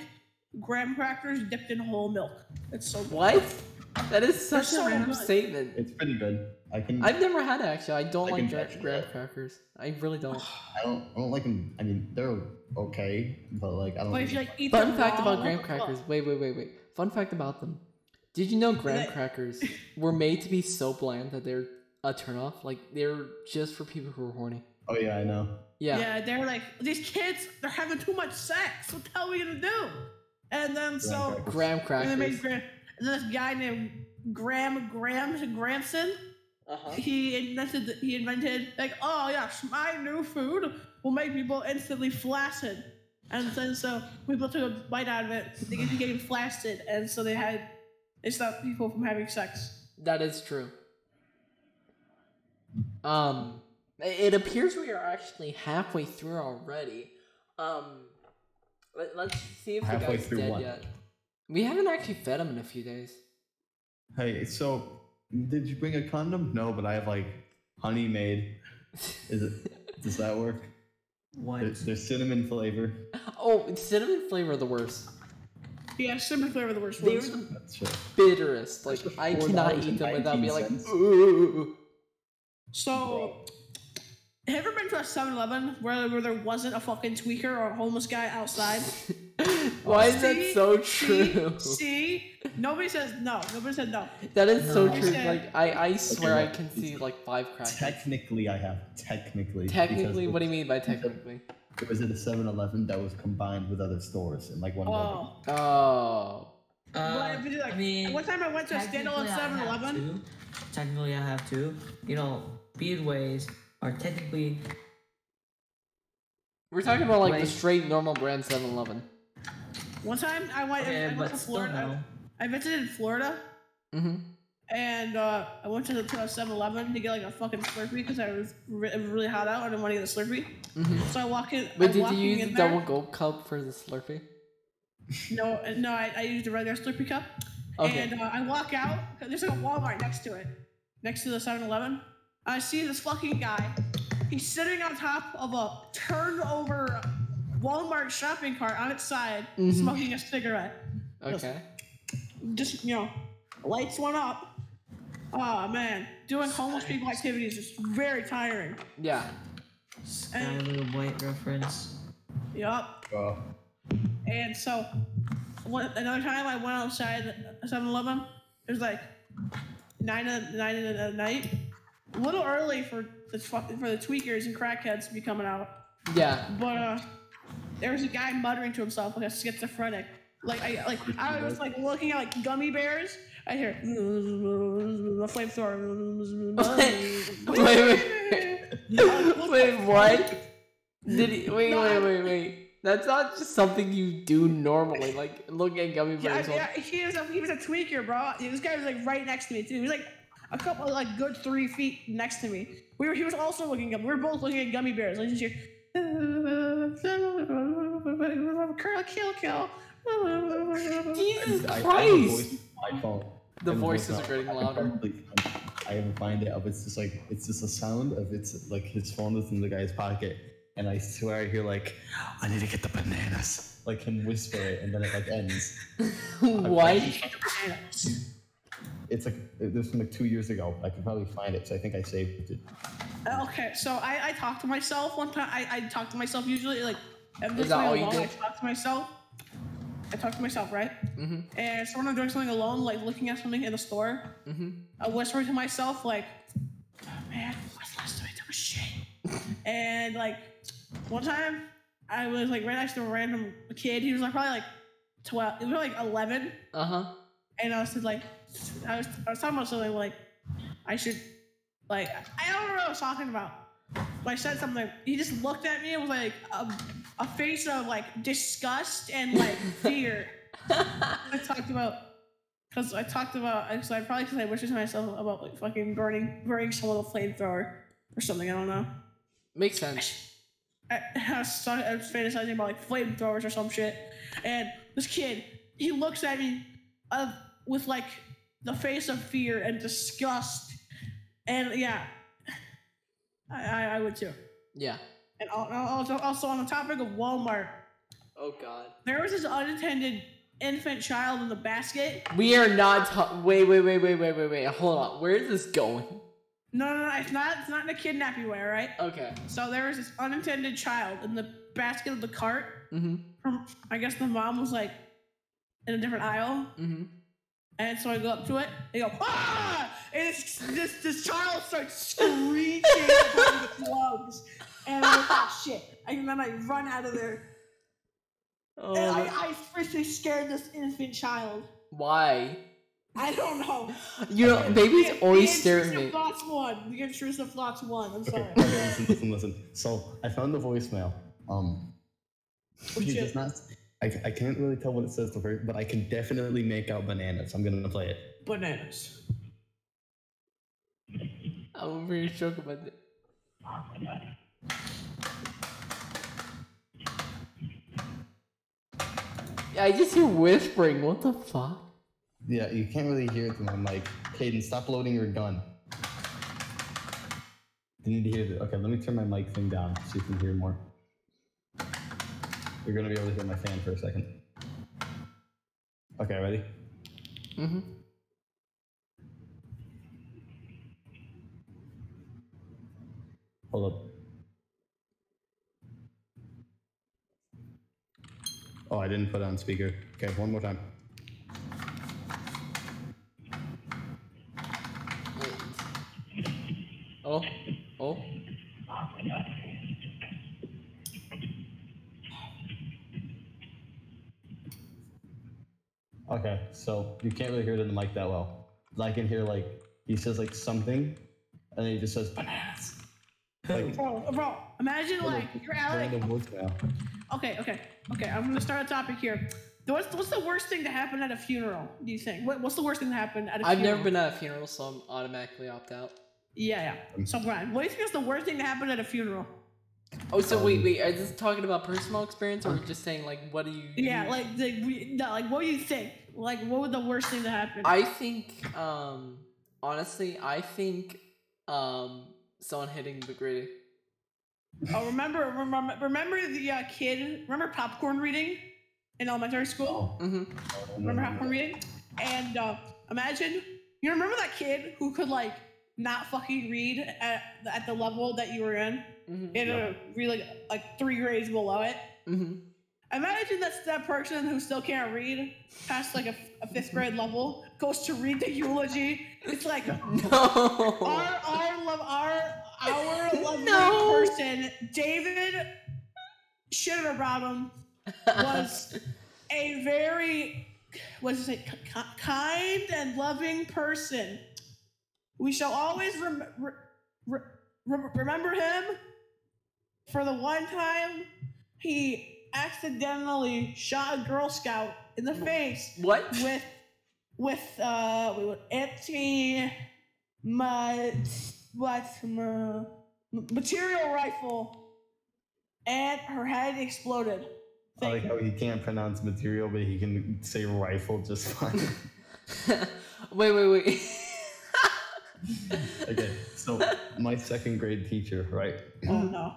[SPEAKER 4] graham crackers dipped in whole milk. It's so good.
[SPEAKER 1] What? That is such
[SPEAKER 4] so
[SPEAKER 1] a random
[SPEAKER 4] good.
[SPEAKER 1] statement.
[SPEAKER 3] It's pretty good. I can I,
[SPEAKER 1] I've never had it actually. I don't
[SPEAKER 3] I
[SPEAKER 1] like
[SPEAKER 3] can
[SPEAKER 1] gra-
[SPEAKER 3] vouch for
[SPEAKER 1] graham
[SPEAKER 3] that.
[SPEAKER 1] crackers. I really don't.
[SPEAKER 3] don't I don't like them I mean they're okay, but like I don't
[SPEAKER 4] But if
[SPEAKER 3] really
[SPEAKER 4] you like eat
[SPEAKER 1] Fun
[SPEAKER 4] them
[SPEAKER 1] fact
[SPEAKER 4] raw,
[SPEAKER 1] about
[SPEAKER 4] what
[SPEAKER 1] graham
[SPEAKER 4] the fuck?
[SPEAKER 1] crackers. Wait, wait, wait, wait. Fun fact about them. Did you know graham
[SPEAKER 4] They-
[SPEAKER 1] crackers were made to be so bland that they're a turnoff? Like they're just for people who are horny.
[SPEAKER 3] Oh yeah, I know.
[SPEAKER 1] Yeah.
[SPEAKER 4] Yeah. they're like these kids. They're having too much sex. What the hell are we gonna do? And then so
[SPEAKER 1] Graham
[SPEAKER 3] crackers.
[SPEAKER 4] and they
[SPEAKER 1] crackers.
[SPEAKER 4] made graham. And then this guy named Graham Graham Gramson.
[SPEAKER 1] Uh-huh.
[SPEAKER 4] He invented. the- He invented like, oh yes, my new food will make people instantly flaccid. And then so people took a bite out of it. They became flaccid, and so they had. They stopped people from having sex.
[SPEAKER 1] That is true. Um, i- it appears we are actually halfway through already. Um, let, let's see if the
[SPEAKER 3] Halfway
[SPEAKER 1] guy's
[SPEAKER 3] through
[SPEAKER 1] dead
[SPEAKER 3] what?
[SPEAKER 1] yet. We haven't actually fed him in a few days.
[SPEAKER 3] Hey, so did you bring a condom? No, but I have like honey made. Is it does that work?
[SPEAKER 2] What?
[SPEAKER 3] There's, there's cinnamon flavor.
[SPEAKER 1] Oh, cinnamon flavor are the worst.
[SPEAKER 4] Yeah, cinnamon flavor are the worst
[SPEAKER 1] They are
[SPEAKER 4] ones.
[SPEAKER 1] the
[SPEAKER 3] That's right.
[SPEAKER 1] bitterest. Like I cannot eat them without being like, ooh.
[SPEAKER 4] So, have you ever been to a 7 Eleven where, where there wasn't a fucking tweaker or a homeless guy outside?
[SPEAKER 1] Why is that
[SPEAKER 4] See?
[SPEAKER 1] so
[SPEAKER 4] See?
[SPEAKER 1] true?
[SPEAKER 4] See? Nobody says no. Nobody said no.
[SPEAKER 1] That is so
[SPEAKER 2] No.
[SPEAKER 1] true.
[SPEAKER 4] Okay.
[SPEAKER 1] Like I, I swear I
[SPEAKER 3] look,
[SPEAKER 1] can
[SPEAKER 3] it's-
[SPEAKER 1] see like five crackheads.
[SPEAKER 3] Technically, I have technically. because
[SPEAKER 1] Technically, what do you mean by technically?
[SPEAKER 3] It was at a 7-Eleven that was combined with other stores in like
[SPEAKER 2] Uh,
[SPEAKER 3] one building.
[SPEAKER 4] Oh.
[SPEAKER 1] Oh.
[SPEAKER 4] But if you do, like, one time I went to a
[SPEAKER 2] technically
[SPEAKER 4] standalone
[SPEAKER 2] I
[SPEAKER 4] 7
[SPEAKER 2] have
[SPEAKER 4] Eleven.
[SPEAKER 2] to. Technically, I have to. You know, speedways are technically
[SPEAKER 1] We're talking about like the
[SPEAKER 2] Like-
[SPEAKER 1] straight normal brand 7-Eleven.
[SPEAKER 4] One time I went, I
[SPEAKER 2] okay,
[SPEAKER 4] went
[SPEAKER 2] but
[SPEAKER 4] to
[SPEAKER 2] still no.
[SPEAKER 4] Florida. I visited Florida
[SPEAKER 1] Mm-hmm.
[SPEAKER 4] and uh, I went to the 7 Eleven to get like a fucking Slurpee because I was re- really hot out. I didn't want to get a Slurpee.
[SPEAKER 1] Mm-hmm.
[SPEAKER 4] So I walk in.
[SPEAKER 1] But
[SPEAKER 4] I'm
[SPEAKER 1] did you
[SPEAKER 4] walking
[SPEAKER 1] use
[SPEAKER 4] in
[SPEAKER 1] the
[SPEAKER 4] there.
[SPEAKER 1] double gold cup for the Slurpee?
[SPEAKER 4] No, uh, no, I, I used a regular Slurpee cup.
[SPEAKER 1] Okay.
[SPEAKER 4] And uh, I walk out. There's like a Walmart next to it, next to the 7 Eleven. I see this fucking guy. He's sitting on top of a turned over Walmart shopping cart on its side,
[SPEAKER 1] Mhm.
[SPEAKER 4] smoking a cigarette.
[SPEAKER 1] okay.
[SPEAKER 4] Just, you know, lights went up. Oh, man. Doing homeless people activities is very tiring.
[SPEAKER 1] Yeah.
[SPEAKER 2] Skylar White reference.
[SPEAKER 4] Yup.
[SPEAKER 3] Oh.
[SPEAKER 4] And so, one, another time I went outside 7 Eleven. It was like 9 in, 9 in the night. A little early for the, fu- for the tweakers and crackheads to be coming out.
[SPEAKER 1] Yeah.
[SPEAKER 4] But uh, there was a guy muttering to himself like a schizophrenic. Like I like I was like looking at like gummy bears. I hear a
[SPEAKER 1] wait,
[SPEAKER 4] flamethrower.
[SPEAKER 1] wait, wait. wait, what? Did he, wait,
[SPEAKER 4] No, I-
[SPEAKER 1] wait, wait, wait. That's not just something you do normally. Like look at gummy
[SPEAKER 4] Yeah,
[SPEAKER 1] bears.
[SPEAKER 4] yeah, he was a he was a tweaker, bro. This guy was like right next to me too. He was like a couple like good three feet next to me. We were he was also looking up. We were both looking at gummy bears. Like just hear, curl kill kill.
[SPEAKER 1] Jesus
[SPEAKER 3] I- I have a
[SPEAKER 1] Christ!
[SPEAKER 3] voice on my phone.
[SPEAKER 1] The
[SPEAKER 3] I have a
[SPEAKER 1] voices
[SPEAKER 3] on-
[SPEAKER 1] are getting
[SPEAKER 3] I can
[SPEAKER 1] louder.
[SPEAKER 3] probably find- I haven't find it up. It's just like it's just a sound of it's like his phone is in the guy's pocket, and I swear I hear like, I need to get the bananas. Like him whisper it, and then it like ends.
[SPEAKER 1] What?
[SPEAKER 3] It's like this from like two years ago. I could probably find it, so I think I saved it.
[SPEAKER 4] Okay, so I, I talked to myself one time. I, I talk to myself usually, like, I'm doing
[SPEAKER 1] that all
[SPEAKER 4] something
[SPEAKER 1] you
[SPEAKER 4] alone,
[SPEAKER 1] do?
[SPEAKER 4] I talk to myself. I talk to myself, right?
[SPEAKER 1] Mhm.
[SPEAKER 4] And so when I'm doing something alone, like looking at something in the store,
[SPEAKER 1] Mhm.
[SPEAKER 4] I whisper to myself, like, oh, man, what's last time I took a shit? and like, one time, I was like right next to a random kid. He was like probably like 12, he was like 11.
[SPEAKER 1] Uh huh.
[SPEAKER 4] and I was just like, I was, I was talking about something like, I should, like, I don't know what I was talking about. But I said something. He just looked at me and was like, a, a face of like disgust and like fear. I talked about, cause I talked about, so I probably cause I wished to myself about like fucking burning, burning someone with a flamethrower or something. I don't know.
[SPEAKER 1] Makes sense.
[SPEAKER 4] I, I was, talking, I was uh, fantasizing about like flamethrowers or some shit, and this kid, he looks at me uh, with like the face of fear and disgust, and yeah, I, I, I would too.
[SPEAKER 1] Yeah.
[SPEAKER 4] And al- al- also, also on the topic of Walmart,
[SPEAKER 1] Oh God.
[SPEAKER 4] there was this unattended infant child in the basket.
[SPEAKER 1] We are not. Ta- wait, wait, wait, wait, wait, wait, wait. Hold on. Where is this going?
[SPEAKER 4] No, no, no, it's not. It's not in a kidnapping way, all right?
[SPEAKER 1] Okay.
[SPEAKER 4] So there was this unattended child in the basket of the cart.
[SPEAKER 1] Mhm.
[SPEAKER 4] From I guess the mom was like in a different aisle.
[SPEAKER 1] Mhm.
[SPEAKER 4] And so I go up to it, they go, ah! And it's, this, this child starts screeching at the lungs. And I'm like, ah, shit. And then I run out of there.
[SPEAKER 1] Oh.
[SPEAKER 4] And I, I seriously scared this infant child.
[SPEAKER 1] why?
[SPEAKER 4] I don't know.
[SPEAKER 1] You know, babies
[SPEAKER 4] The-
[SPEAKER 1] always
[SPEAKER 4] the
[SPEAKER 1] stare at
[SPEAKER 4] intrusive
[SPEAKER 1] me.
[SPEAKER 4] Thoughts one. The intrusive thoughts one. I'm sorry.
[SPEAKER 3] Okay, listen, listen, listen. So I found the voicemail. Um,
[SPEAKER 4] Oh,
[SPEAKER 3] it
[SPEAKER 4] shit.
[SPEAKER 3] does not. I, I can't really tell what it says the first, but I can definitely make out bananas. I'm gonna play it.
[SPEAKER 4] Bananas.
[SPEAKER 1] I'm very shocked about that. Yeah, I just hear whispering. What the fuck?
[SPEAKER 3] Yeah, you can't really hear it through my mic. Caden, stop loading your gun. You need to hear this. Okay, let me turn my mic thing down so you can hear more. You're gonna be able to hear my fan for a second. Okay, ready?
[SPEAKER 1] Mm-hmm.
[SPEAKER 3] Hold up. Oh, I didn't put it on speaker. Okay, one more time.
[SPEAKER 1] Oh, oh.
[SPEAKER 3] Okay, so you can't really hear it in the mic that well. But I can hear like he says like something, and then he just says bananas. Like,
[SPEAKER 4] Bro, bro, imagine like you're out like
[SPEAKER 3] random voicemail.
[SPEAKER 4] Okay, okay, okay. I'm gonna start a topic here. What's, what's the worst thing to happen at a funeral? Do you think? What, what's the worst thing to happen at a
[SPEAKER 1] I've
[SPEAKER 4] funeral?
[SPEAKER 1] never been at a funeral, so I'm automatically opt out.
[SPEAKER 4] Yeah, yeah. So Brian, what do you think is the worst thing to happen at a funeral?
[SPEAKER 1] Oh, so
[SPEAKER 3] Um,
[SPEAKER 1] wait, wait. Are this talking about personal experience, or just saying like, what do you?
[SPEAKER 4] Yeah, like the, we- no, like what do you think? Like what would the worst thing to happen?
[SPEAKER 1] I think, um, honestly, I think, um, someone hitting the gritty.
[SPEAKER 4] oh, remember, remember, remember the uh, kid? Remember popcorn reading in elementary school?
[SPEAKER 1] Mm-hmm.
[SPEAKER 4] Remember popcorn reading? And uh, imagine you remember that kid who could like not fucking read at at the level that you were in.
[SPEAKER 1] Mm-hmm.
[SPEAKER 4] in a really like three grades below it.
[SPEAKER 1] Mm-hmm.
[SPEAKER 4] Imagine that's that person who still can't read past like a, a fifth grade level goes to read the eulogy. It's like our
[SPEAKER 1] No.
[SPEAKER 4] our love our our lovely
[SPEAKER 1] No.
[SPEAKER 4] person David Shitterbottom was a very was it ki- kind and loving person. We shall always rem- re- re- re- remember him for the one time he accidentally shot a Girl Scout in the face
[SPEAKER 1] what?
[SPEAKER 4] with with uh we would anti my what ma- material rifle and her head exploded.
[SPEAKER 3] I
[SPEAKER 4] Thank
[SPEAKER 3] like how he can't pronounce material, but he can say rifle just fine.
[SPEAKER 1] wait, wait, wait.
[SPEAKER 3] okay, so my second grade teacher, right?
[SPEAKER 4] you. Oh no.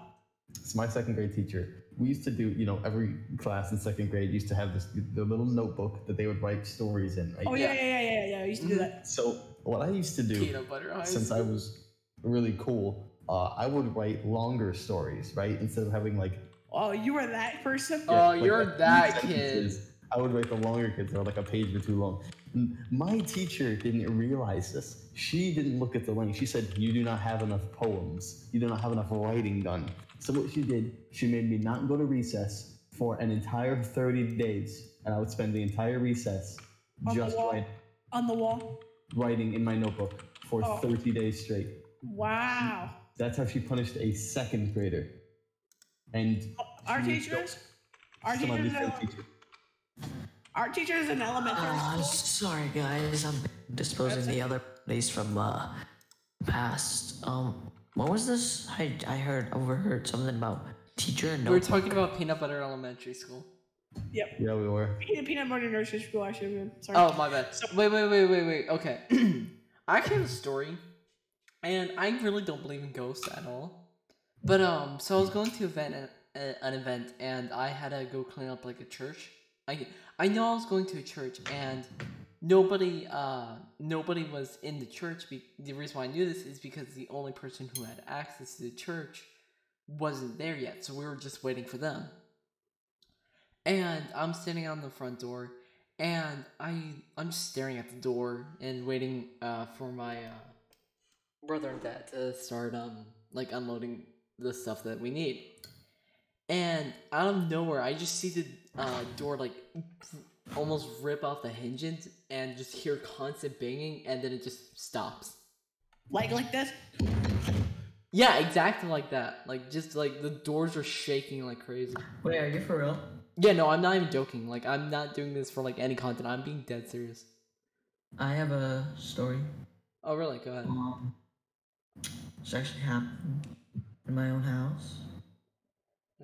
[SPEAKER 3] It's my second grade teacher. We used to do, you know, every class in second grade used to have this the little notebook that they would write stories in. Right?
[SPEAKER 4] Oh yeah, yeah, yeah, yeah, yeah. I used to
[SPEAKER 3] Mm-hmm.
[SPEAKER 4] do that.
[SPEAKER 3] So what I used to do
[SPEAKER 1] Peanut butter ice.
[SPEAKER 3] since I was really cool, uh, I would write longer stories, right? Instead of having like
[SPEAKER 4] Oh, you were that person.
[SPEAKER 1] Oh,
[SPEAKER 3] like,
[SPEAKER 1] you're
[SPEAKER 3] a few
[SPEAKER 1] that
[SPEAKER 3] sentences, I would write the longer kids that were like a page or two long. M- My teacher didn't realize this. She didn't look at the length. She said, You do not have enough poems. You do not have enough writing done. So, what she did, she made me not go to recess for an entire 30 days. And I would spend the entire recess
[SPEAKER 4] On the
[SPEAKER 3] just
[SPEAKER 4] wall.
[SPEAKER 3] write,
[SPEAKER 4] On the wall.
[SPEAKER 3] writing in my notebook for
[SPEAKER 4] Oh.
[SPEAKER 3] 30 days straight.
[SPEAKER 4] Wow.
[SPEAKER 3] That's how she punished a second grader. And
[SPEAKER 4] Our
[SPEAKER 3] She-
[SPEAKER 4] teachers. Our
[SPEAKER 3] some Mm-hmm. of
[SPEAKER 4] teachers.
[SPEAKER 3] these
[SPEAKER 4] in-
[SPEAKER 3] teachers.
[SPEAKER 4] Our teachers in elementary
[SPEAKER 2] Oh, I'm
[SPEAKER 4] school.
[SPEAKER 2] sorry, guys. I'm disposing the other days from uh past. Um, what was this? I I heard overheard something about teacher
[SPEAKER 1] we were
[SPEAKER 2] notes.
[SPEAKER 1] talking about peanut butter elementary school.
[SPEAKER 4] Yep.
[SPEAKER 3] Yeah, we were.
[SPEAKER 4] Peanut, peanut butter nursery school. I should have been. Sorry.
[SPEAKER 1] Oh my bad. Wait, wait, wait, wait, wait. Okay, I actually have a story, and I really don't believe in ghosts at all. But um, so I was going to event uh, an event, and I had to go clean up like a church. I I know I was going to a church, and nobody uh nobody was in the church. Be- the reason why I knew this is because the only person who had access to the church wasn't there yet, so we were just waiting for them. And I'm sitting on the front door, and I I'm just staring at the door and waiting uh, for my uh, brother and dad to start um like unloading the stuff that we need. And out of nowhere, I just see the uh, door like almost rip off the hinges and just hear constant banging, and then it just stops.
[SPEAKER 4] Like like this.
[SPEAKER 1] Yeah, exactly like that. Like just like the doors are shaking like crazy.
[SPEAKER 5] Wait, are you for real?
[SPEAKER 1] Yeah, no, I'm not even joking. Like I'm not doing this for like any content. I'm being dead serious.
[SPEAKER 5] I have a story.
[SPEAKER 1] Oh really? Go ahead.
[SPEAKER 5] Um, this actually happened in my own house.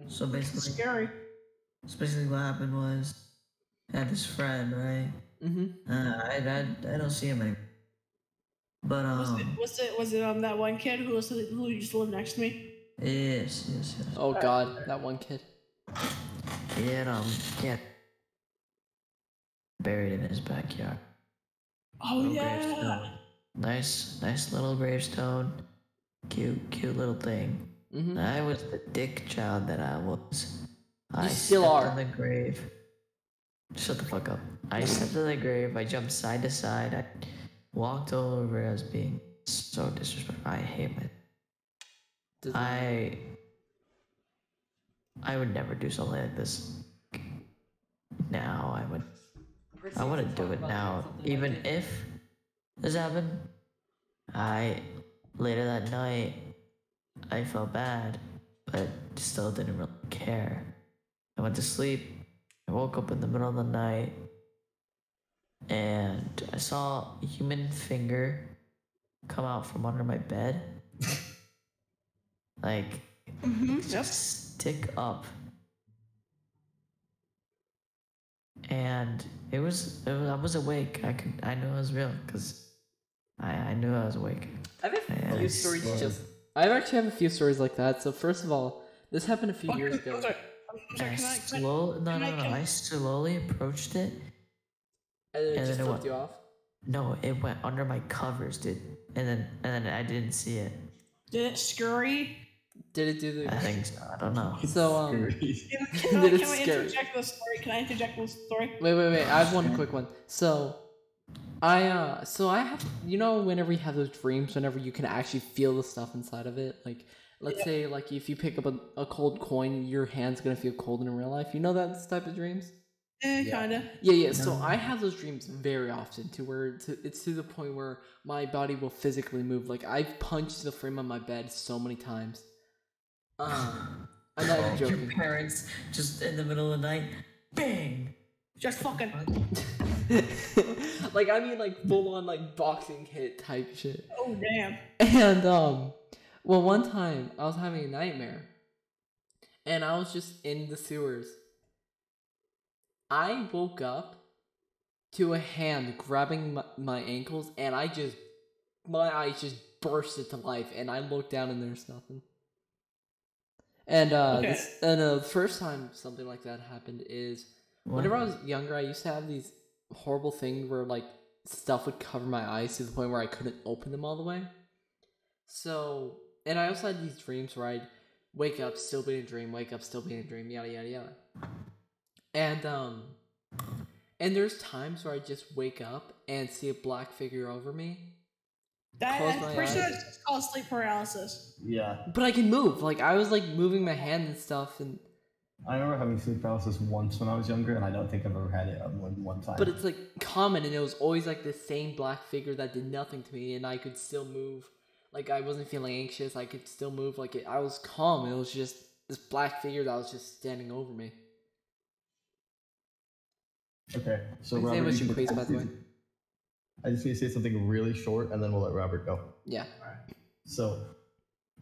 [SPEAKER 5] So basically,
[SPEAKER 4] Scary.
[SPEAKER 5] so basically what happened was, I had this friend, right?
[SPEAKER 1] Mm-hmm.
[SPEAKER 5] Uh, I, I, I don't see him anymore. But
[SPEAKER 4] Was it,
[SPEAKER 5] um,
[SPEAKER 2] Oh.
[SPEAKER 4] was it was it um that one kid who was who used to live next to me?
[SPEAKER 5] yes, yes, yes.
[SPEAKER 1] Oh god, that one kid.
[SPEAKER 5] He had um,
[SPEAKER 2] Yeah. Buried in his backyard.
[SPEAKER 4] Oh
[SPEAKER 5] little
[SPEAKER 4] yeah.
[SPEAKER 5] gravestone.
[SPEAKER 2] Nice, nice little gravestone. Cute, cute little thing.
[SPEAKER 1] Mm-hmm.
[SPEAKER 2] I was the dick child that I was. I
[SPEAKER 1] still
[SPEAKER 2] stepped
[SPEAKER 1] are.
[SPEAKER 2] On the grave. Shut the fuck up. I
[SPEAKER 1] Mm-hmm.
[SPEAKER 2] stepped on the grave. I jumped side to side. I walked over as being so disrespectful. I hate my.
[SPEAKER 1] Does-
[SPEAKER 2] I. I would never do something like this. Now I would. I wouldn't do it now. Even if this happened, I later that night I felt bad, but still didn't really care. I went to sleep. I woke up in the middle of the night and I saw a human finger come out from under my bed. like
[SPEAKER 4] Mm-hmm. Yep.
[SPEAKER 2] stick up. And it was, it was I was awake. I could I knew it was real because I, I knew I was awake.
[SPEAKER 1] I have a few
[SPEAKER 2] Yeah.
[SPEAKER 1] stories
[SPEAKER 3] Yeah.
[SPEAKER 1] just. I actually have a few stories like that. So first of all, this happened a few years
[SPEAKER 4] I'm
[SPEAKER 1] ago,
[SPEAKER 4] sorry. I'm
[SPEAKER 2] And
[SPEAKER 4] sorry.
[SPEAKER 2] I
[SPEAKER 4] Can I, can I-
[SPEAKER 2] slowly no
[SPEAKER 4] can I-
[SPEAKER 2] no no
[SPEAKER 4] can I-
[SPEAKER 2] I slowly approached it.
[SPEAKER 1] and it
[SPEAKER 2] And
[SPEAKER 1] just
[SPEAKER 2] then
[SPEAKER 1] flipped
[SPEAKER 2] what?
[SPEAKER 1] you off.
[SPEAKER 2] No, it went under my covers, dude. And then and then I didn't see it.
[SPEAKER 4] Did it scurry?
[SPEAKER 1] Did it do
[SPEAKER 2] I
[SPEAKER 1] the?
[SPEAKER 2] think so. I don't know.
[SPEAKER 1] So um,
[SPEAKER 4] Can, can, I,
[SPEAKER 1] Did it
[SPEAKER 4] can I
[SPEAKER 1] scurry?
[SPEAKER 4] interject the story? Can I interject the story?
[SPEAKER 1] wait, wait, wait. I have one quick one. So, I uh, so I have you know whenever you have those dreams, whenever you can actually feel the stuff inside of it, like. Let's say, like, if you pick up a, a cold coin, your hand's gonna feel cold in real life. You know that type of dreams?
[SPEAKER 4] Eh,
[SPEAKER 3] Yeah.
[SPEAKER 4] kinda.
[SPEAKER 1] Yeah, yeah. So I have those dreams very often, to where to, it's to the point where my body will physically move. Like I've punched the frame of my bed so many times. Um, I'm not even
[SPEAKER 2] Your
[SPEAKER 1] joking.
[SPEAKER 2] parents just in the middle of the night, bang!
[SPEAKER 4] Just fucking.
[SPEAKER 1] like I mean, like full on like boxing hit type shit.
[SPEAKER 4] Oh damn.
[SPEAKER 1] And um, well, one time I was having a nightmare, and I was just in the sewers. I woke up to a hand grabbing my, my ankles, and I just my eyes just burst into life, and I looked down, and there's nothing. And uh,
[SPEAKER 4] Okay.
[SPEAKER 1] this, and uh, the first time something like that happened is whenever I was younger, I used to have these horrible things where like stuff would cover my eyes to the point where I couldn't open them all the way. So, and I also had these dreams where I'd wake up, still be in a dream, wake up, still be in a dream, yada yada yada. And um, and there's times where I just wake up and see a black figure over me,
[SPEAKER 4] That,
[SPEAKER 1] Close
[SPEAKER 4] I'm
[SPEAKER 1] my
[SPEAKER 4] pretty sure
[SPEAKER 1] eyes.
[SPEAKER 4] it's called sleep paralysis.
[SPEAKER 3] Yeah,
[SPEAKER 1] but I can move. Like I was like moving my hand and stuff, and
[SPEAKER 3] I remember having sleep paralysis once when I was younger, and I don't think I've ever had it other than one time.
[SPEAKER 1] But it's like common, and it was always like the same black figure that did nothing to me, and I could still move. Like I wasn't feeling anxious. I could still move. Like it, I was calm. and It was just this black figure that was just standing over me.
[SPEAKER 3] okay. So
[SPEAKER 1] His name
[SPEAKER 3] Robert,
[SPEAKER 1] was
[SPEAKER 3] you can-
[SPEAKER 1] Shaquise, by the way.
[SPEAKER 3] I just need to say something really short, and then we'll let Robert go.
[SPEAKER 1] Yeah.
[SPEAKER 3] So,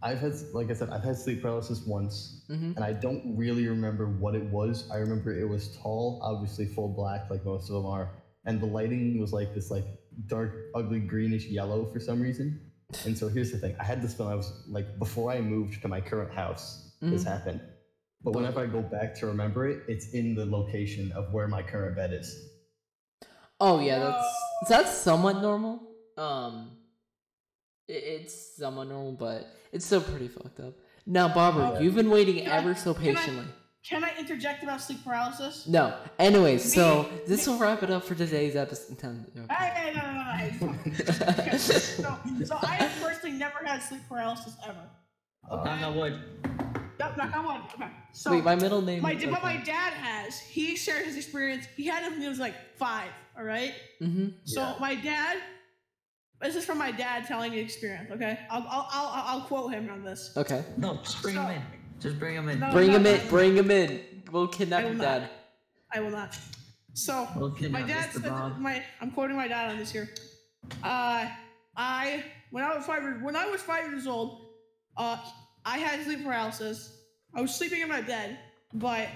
[SPEAKER 3] I've had, like I said, I've had sleep paralysis once,
[SPEAKER 1] Mm-hmm.
[SPEAKER 3] and I don't really remember what it was. I remember it was tall, obviously full black, like most of them are, and the lighting was like this, like dark, ugly, greenish yellow for some reason. And so here's the thing: I had this when I was like before I moved to my current house. This
[SPEAKER 4] Mm-hmm.
[SPEAKER 3] happened, but whenever I go back to remember it, it's in the location of where my current bed is.
[SPEAKER 1] Oh yeah, that's that's somewhat normal. Um, i it's somewhat normal, but it's still pretty fucked up. Now, Barbara,
[SPEAKER 3] Yeah.
[SPEAKER 1] you've been waiting
[SPEAKER 4] Can I-
[SPEAKER 1] ever so
[SPEAKER 4] can I-
[SPEAKER 1] patiently.
[SPEAKER 4] Can I interject about sleep paralysis?
[SPEAKER 1] No. Anyway, so this will wrap it up for today's episode.
[SPEAKER 4] Hey, hey, no, no, no, no, hey,
[SPEAKER 3] Uh,
[SPEAKER 4] fuck. Ah, Okay, so, so I have personally never had sleep paralysis ever.
[SPEAKER 3] Uh,
[SPEAKER 2] on wood.
[SPEAKER 4] No, no, I won't. Okay. So
[SPEAKER 1] Wait, my middle name.
[SPEAKER 4] my, what my dad has, he shared his experience. He had it when he was like five. All right.
[SPEAKER 1] Mm-hmm.
[SPEAKER 4] So
[SPEAKER 3] Yeah.
[SPEAKER 4] my dad, this is from my dad telling the experience. Okay, I'll I'll I'll, I'll- I'll quote him on this.
[SPEAKER 1] Okay.
[SPEAKER 5] No, just bring him in. Just bring him in.
[SPEAKER 4] No.
[SPEAKER 1] Bring
[SPEAKER 4] no,
[SPEAKER 1] him
[SPEAKER 4] no.
[SPEAKER 1] in. Bring him in. We'll kidnap
[SPEAKER 4] I will
[SPEAKER 1] your
[SPEAKER 4] not.
[SPEAKER 1] dad.
[SPEAKER 4] I will not. So
[SPEAKER 5] We'll kidnap
[SPEAKER 4] my dad
[SPEAKER 5] Mr.
[SPEAKER 4] said that
[SPEAKER 5] Bob.
[SPEAKER 4] my I'm quoting my dad on this here. Uh, I when I was five years- when I was five years old, uh, I had sleep paralysis. I was sleeping in my bed, but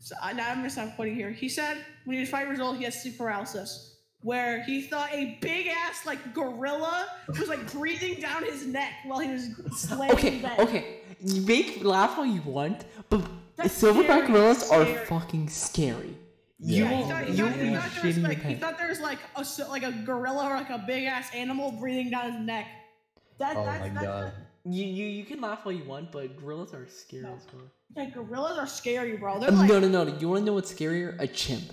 [SPEAKER 4] so, uh, now I'm gonna stop quoting here. He said when he was five years old, he had sleep paralysis, where he thought a big ass like gorilla was like breathing down his neck while he was laying in
[SPEAKER 1] Okay.
[SPEAKER 4] bed.
[SPEAKER 1] Okay. You make laugh all you want, but
[SPEAKER 4] That's
[SPEAKER 1] silverback
[SPEAKER 4] scary,
[SPEAKER 1] gorillas
[SPEAKER 4] scary.
[SPEAKER 1] are fucking scary.
[SPEAKER 3] Yeah.
[SPEAKER 1] You
[SPEAKER 4] Yeah, he
[SPEAKER 1] will-
[SPEAKER 4] thought, he
[SPEAKER 1] you
[SPEAKER 4] thought-
[SPEAKER 1] will
[SPEAKER 4] he
[SPEAKER 1] be
[SPEAKER 4] thought there was
[SPEAKER 1] shitting your
[SPEAKER 4] like he
[SPEAKER 1] pants.
[SPEAKER 4] thought there was like a s- like a gorilla or like a big ass animal breathing down his neck. That,
[SPEAKER 3] oh
[SPEAKER 4] that's,
[SPEAKER 3] my
[SPEAKER 4] that's,
[SPEAKER 3] god.
[SPEAKER 1] You you you can laugh all you want, but gorillas are scary
[SPEAKER 4] No.
[SPEAKER 1] as well.
[SPEAKER 4] Yeah, gorillas are scary, bro. They're
[SPEAKER 1] Uh,
[SPEAKER 4] like
[SPEAKER 1] no no no. You want to know what's scarier? A chimp.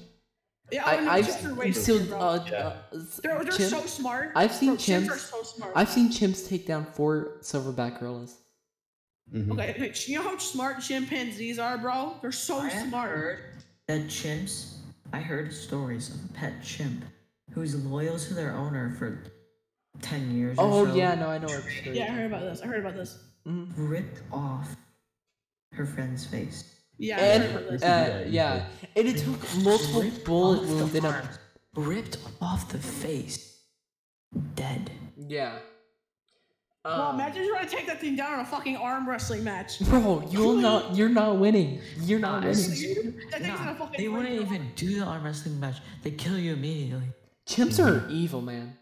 [SPEAKER 4] yeah,
[SPEAKER 1] I,
[SPEAKER 4] oh, no,
[SPEAKER 1] I've
[SPEAKER 4] chimps are way
[SPEAKER 1] I've
[SPEAKER 4] scarier,
[SPEAKER 1] seen
[SPEAKER 4] bro.
[SPEAKER 1] uh,
[SPEAKER 3] Yeah.
[SPEAKER 1] uh, s-
[SPEAKER 4] they're they're
[SPEAKER 1] chimp-
[SPEAKER 4] so smart.
[SPEAKER 1] I've seen
[SPEAKER 4] Bro, chimps. are
[SPEAKER 1] chimps.
[SPEAKER 4] so smart.
[SPEAKER 1] I've seen chimps take down four silverback gorillas.
[SPEAKER 3] Mhm.
[SPEAKER 5] Hmm.
[SPEAKER 4] okay, okay, you know how smart chimpanzees are, bro? They're so
[SPEAKER 5] I have
[SPEAKER 4] smart.
[SPEAKER 5] heard that chimps. I heard stories of a pet chimp who's loyal to their owner for ten years.
[SPEAKER 1] Oh
[SPEAKER 5] or so,
[SPEAKER 1] yeah, no, I know. It's
[SPEAKER 4] Yeah, I heard about this. I heard about this.
[SPEAKER 1] Mhm.
[SPEAKER 5] Ripped off her friend's face.
[SPEAKER 4] Yeah, I heard about
[SPEAKER 1] And
[SPEAKER 4] this.
[SPEAKER 1] uh, yeah, and it took multiple
[SPEAKER 5] Ripped
[SPEAKER 1] bullet
[SPEAKER 5] off the
[SPEAKER 1] wounds and a
[SPEAKER 5] arms, ripped off the face, dead.
[SPEAKER 1] Yeah.
[SPEAKER 4] Bro,
[SPEAKER 1] Um,
[SPEAKER 4] imagine trying to take that thing down in a fucking arm wrestling match.
[SPEAKER 1] bro, you'll not. You're not winning. You're not
[SPEAKER 5] Nah, it's-
[SPEAKER 1] winning.
[SPEAKER 4] That thing's
[SPEAKER 5] nah,
[SPEAKER 4] gonna fucking
[SPEAKER 5] they
[SPEAKER 4] break
[SPEAKER 5] wouldn't
[SPEAKER 4] your
[SPEAKER 5] even do the arm wrestling match. They kill you immediately.
[SPEAKER 1] Chimps are evil, man.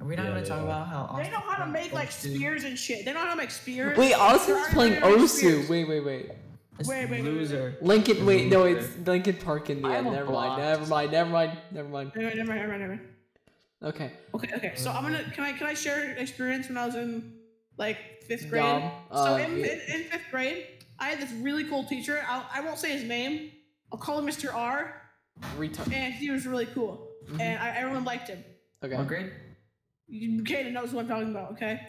[SPEAKER 5] Are we not
[SPEAKER 3] Yeah,
[SPEAKER 5] gonna
[SPEAKER 3] they
[SPEAKER 5] talk
[SPEAKER 3] are.
[SPEAKER 5] about how
[SPEAKER 4] They know how to
[SPEAKER 5] Austin
[SPEAKER 4] make like
[SPEAKER 5] folks do?
[SPEAKER 4] spears and shit. They know how to make spears.
[SPEAKER 1] Wait, Austin
[SPEAKER 4] They're
[SPEAKER 1] is playing
[SPEAKER 4] already doing
[SPEAKER 1] Osu.
[SPEAKER 4] spears.
[SPEAKER 1] Wait, wait, wait.
[SPEAKER 5] This
[SPEAKER 4] Wait, wait, wait, wait, wait.
[SPEAKER 5] loser.
[SPEAKER 1] Lincoln. Wait, no,
[SPEAKER 5] Loser.
[SPEAKER 1] it's Lincoln Park in the
[SPEAKER 5] I
[SPEAKER 1] end.
[SPEAKER 5] will
[SPEAKER 1] Never
[SPEAKER 5] block.
[SPEAKER 1] mind. Never mind. Never mind. Never mind.
[SPEAKER 4] Never mind, never mind, never mind, never mind.
[SPEAKER 1] Okay.
[SPEAKER 4] Okay, okay. So I'm gonna can I can I share an experience when I was in like fifth grade?
[SPEAKER 1] Dom.
[SPEAKER 4] so
[SPEAKER 1] uh,
[SPEAKER 4] in,
[SPEAKER 1] you-
[SPEAKER 4] in, in fifth grade, I had this really cool teacher. I'll, I won't say his name. I'll call him Mr. R,
[SPEAKER 1] retard.
[SPEAKER 4] and he was really cool,
[SPEAKER 1] Mhm.
[SPEAKER 4] and I, everyone liked him.
[SPEAKER 1] Okay.
[SPEAKER 5] What grade?
[SPEAKER 4] You- Kaden knows who I'm talking about, okay?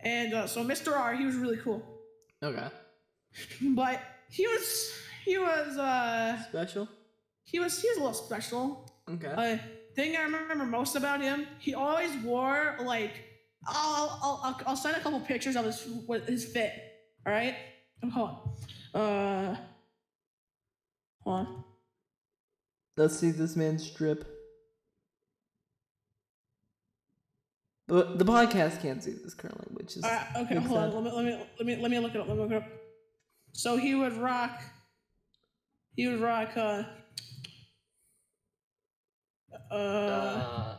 [SPEAKER 4] And uh, so Mr. R, he was really cool,
[SPEAKER 1] Okay.
[SPEAKER 4] but he was he was uh
[SPEAKER 1] Special.
[SPEAKER 4] he was he was a little special.
[SPEAKER 1] Okay.
[SPEAKER 4] Uh, thing I remember most about him, he always wore like I'll I'll, I'll, I'll send a couple pictures of his what his fit. All right, Oh, hold on. Uh, hold on.
[SPEAKER 1] Let's see this man strip. The, the podcast can't see this currently, which is
[SPEAKER 4] All right, okay,
[SPEAKER 1] makes
[SPEAKER 4] hold on.
[SPEAKER 1] sense.
[SPEAKER 4] Let me let me let me let me look it up. Let me look it up. So he would rock. He would rock. Uh. Uh.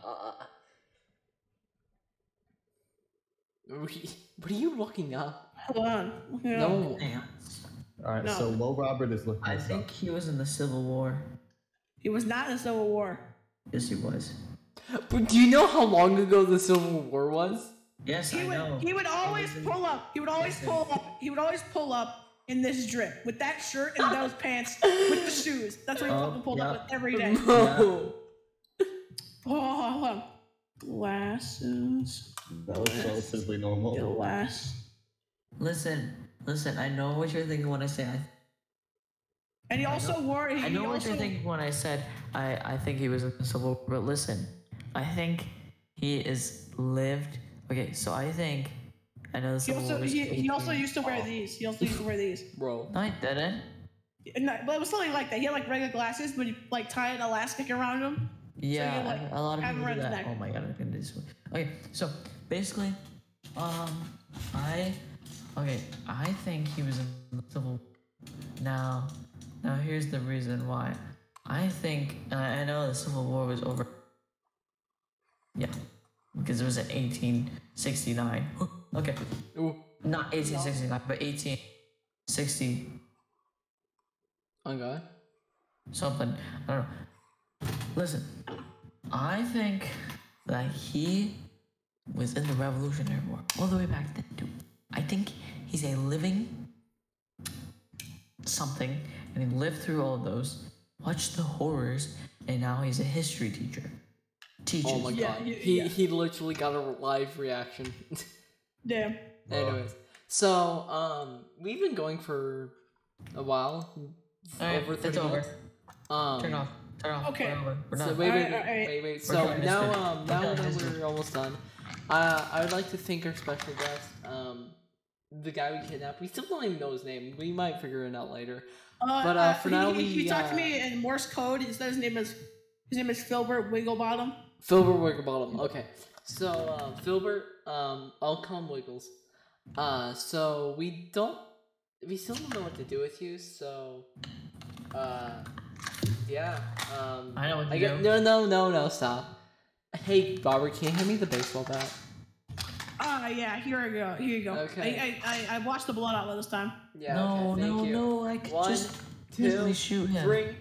[SPEAKER 1] What are you looking up?
[SPEAKER 4] Hold on. Look it up.
[SPEAKER 1] No.
[SPEAKER 5] Pants.
[SPEAKER 3] All right.
[SPEAKER 4] No.
[SPEAKER 3] So Will Robert is looking.
[SPEAKER 5] I
[SPEAKER 3] this
[SPEAKER 5] think he was in the Civil War.
[SPEAKER 4] He was not in the Civil War.
[SPEAKER 5] Yes, he was.
[SPEAKER 1] But do you know how long ago the Civil War was?
[SPEAKER 5] Yes,
[SPEAKER 4] He
[SPEAKER 5] I know.
[SPEAKER 4] would, he would always
[SPEAKER 5] Listen.
[SPEAKER 4] pull up. He would always
[SPEAKER 5] Listen.
[SPEAKER 4] pull up. He would always pull up in this drip with that shirt and those pants with the shoes. That's what he
[SPEAKER 5] Oh,
[SPEAKER 4] fucking pulled up
[SPEAKER 5] yeah.
[SPEAKER 4] with every day.
[SPEAKER 1] Bro.
[SPEAKER 4] Oh, hold on. Glasses.
[SPEAKER 3] up. That was relatively normal.
[SPEAKER 4] Glass.
[SPEAKER 5] Listen, listen. I know what you're thinking when I say. I,
[SPEAKER 4] And he also wore. He
[SPEAKER 2] I know what
[SPEAKER 4] also,
[SPEAKER 2] you're thinking when I said I, I think he was in the Civil War, but listen, I think he is lived. Okay, so I think I know the
[SPEAKER 4] He
[SPEAKER 2] Civil
[SPEAKER 4] also,
[SPEAKER 2] War. was
[SPEAKER 4] he, he also
[SPEAKER 2] 18.
[SPEAKER 4] used to wear these. He also used to wear these.
[SPEAKER 1] Bro.
[SPEAKER 2] No, I didn't.
[SPEAKER 4] And that- but it was something like that. He had like regular glasses, but he like tied an elastic around him.
[SPEAKER 2] Yeah,
[SPEAKER 4] you're, like,
[SPEAKER 2] a lot of
[SPEAKER 4] have
[SPEAKER 2] people do
[SPEAKER 4] red's
[SPEAKER 2] that.
[SPEAKER 4] neck.
[SPEAKER 2] Oh my god, I'm gonna do this. one. Okay, so basically, um, I, okay, I think he was in the Civil. War. Now, now here's the reason why. I think, and I I know the Civil War was over. Yeah, because it was in 1869. okay,
[SPEAKER 1] Ooh,
[SPEAKER 2] not 1869, but 1860
[SPEAKER 1] oh god.
[SPEAKER 2] something. I don't know. Listen, I think that he was in the Revolutionary War all the way back then, too. I think he's a living something, and he lived through all of those, watched the horrors, and now he's a history teacher. Teaches.
[SPEAKER 1] Oh my
[SPEAKER 4] Yeah,
[SPEAKER 1] god.
[SPEAKER 4] yeah,
[SPEAKER 1] He
[SPEAKER 4] yeah.
[SPEAKER 1] he literally got a live reaction.
[SPEAKER 4] Damn.
[SPEAKER 1] Anyways. So, um we've been going for a while.
[SPEAKER 2] Alright,
[SPEAKER 1] over
[SPEAKER 2] it's
[SPEAKER 1] 30
[SPEAKER 2] over.
[SPEAKER 1] minutes. Um
[SPEAKER 2] Turn off. Turn off.
[SPEAKER 4] Okay.
[SPEAKER 2] We're, over. We're
[SPEAKER 1] So
[SPEAKER 2] done.
[SPEAKER 1] wait, wait,
[SPEAKER 4] Alright,
[SPEAKER 1] wait,
[SPEAKER 4] alright.
[SPEAKER 1] wait, wait.
[SPEAKER 2] We're
[SPEAKER 1] So
[SPEAKER 2] done,
[SPEAKER 1] now,
[SPEAKER 2] mister.
[SPEAKER 1] um,
[SPEAKER 2] We're
[SPEAKER 1] now
[SPEAKER 2] done,
[SPEAKER 1] that
[SPEAKER 2] mister.
[SPEAKER 1] we're almost done, uh, I would like to thank our special guest, um, the guy we kidnapped. We still don't even know his name. We might figure it out later.
[SPEAKER 4] Uh,
[SPEAKER 1] But, uh, for
[SPEAKER 4] he,
[SPEAKER 1] now
[SPEAKER 4] he,
[SPEAKER 1] we,
[SPEAKER 4] he talked
[SPEAKER 1] uh,
[SPEAKER 4] to me in Morse code. He said his name is his name is Filbert Wigglebottom.
[SPEAKER 1] Filbert Wigglebottom. Okay, so uh, Filbert, um, I'll call him Wiggles. Uh, so we don't, we still don't know what to do with you. So, uh, yeah. Um,
[SPEAKER 2] I know what
[SPEAKER 1] I
[SPEAKER 2] to
[SPEAKER 1] get,
[SPEAKER 2] do.
[SPEAKER 1] no, no, no, no. Stop. Hey, Robert, can you hand me the baseball bat?
[SPEAKER 4] Ah, yeah. Here I go. Here you go.
[SPEAKER 1] Okay.
[SPEAKER 4] I I, I, I watched the blood outlet this time.
[SPEAKER 1] Yeah.
[SPEAKER 2] no,
[SPEAKER 1] okay, thank
[SPEAKER 2] no,
[SPEAKER 1] you.
[SPEAKER 2] no! I can
[SPEAKER 1] One,
[SPEAKER 2] just
[SPEAKER 1] two,
[SPEAKER 2] easily shoot him.
[SPEAKER 1] Bring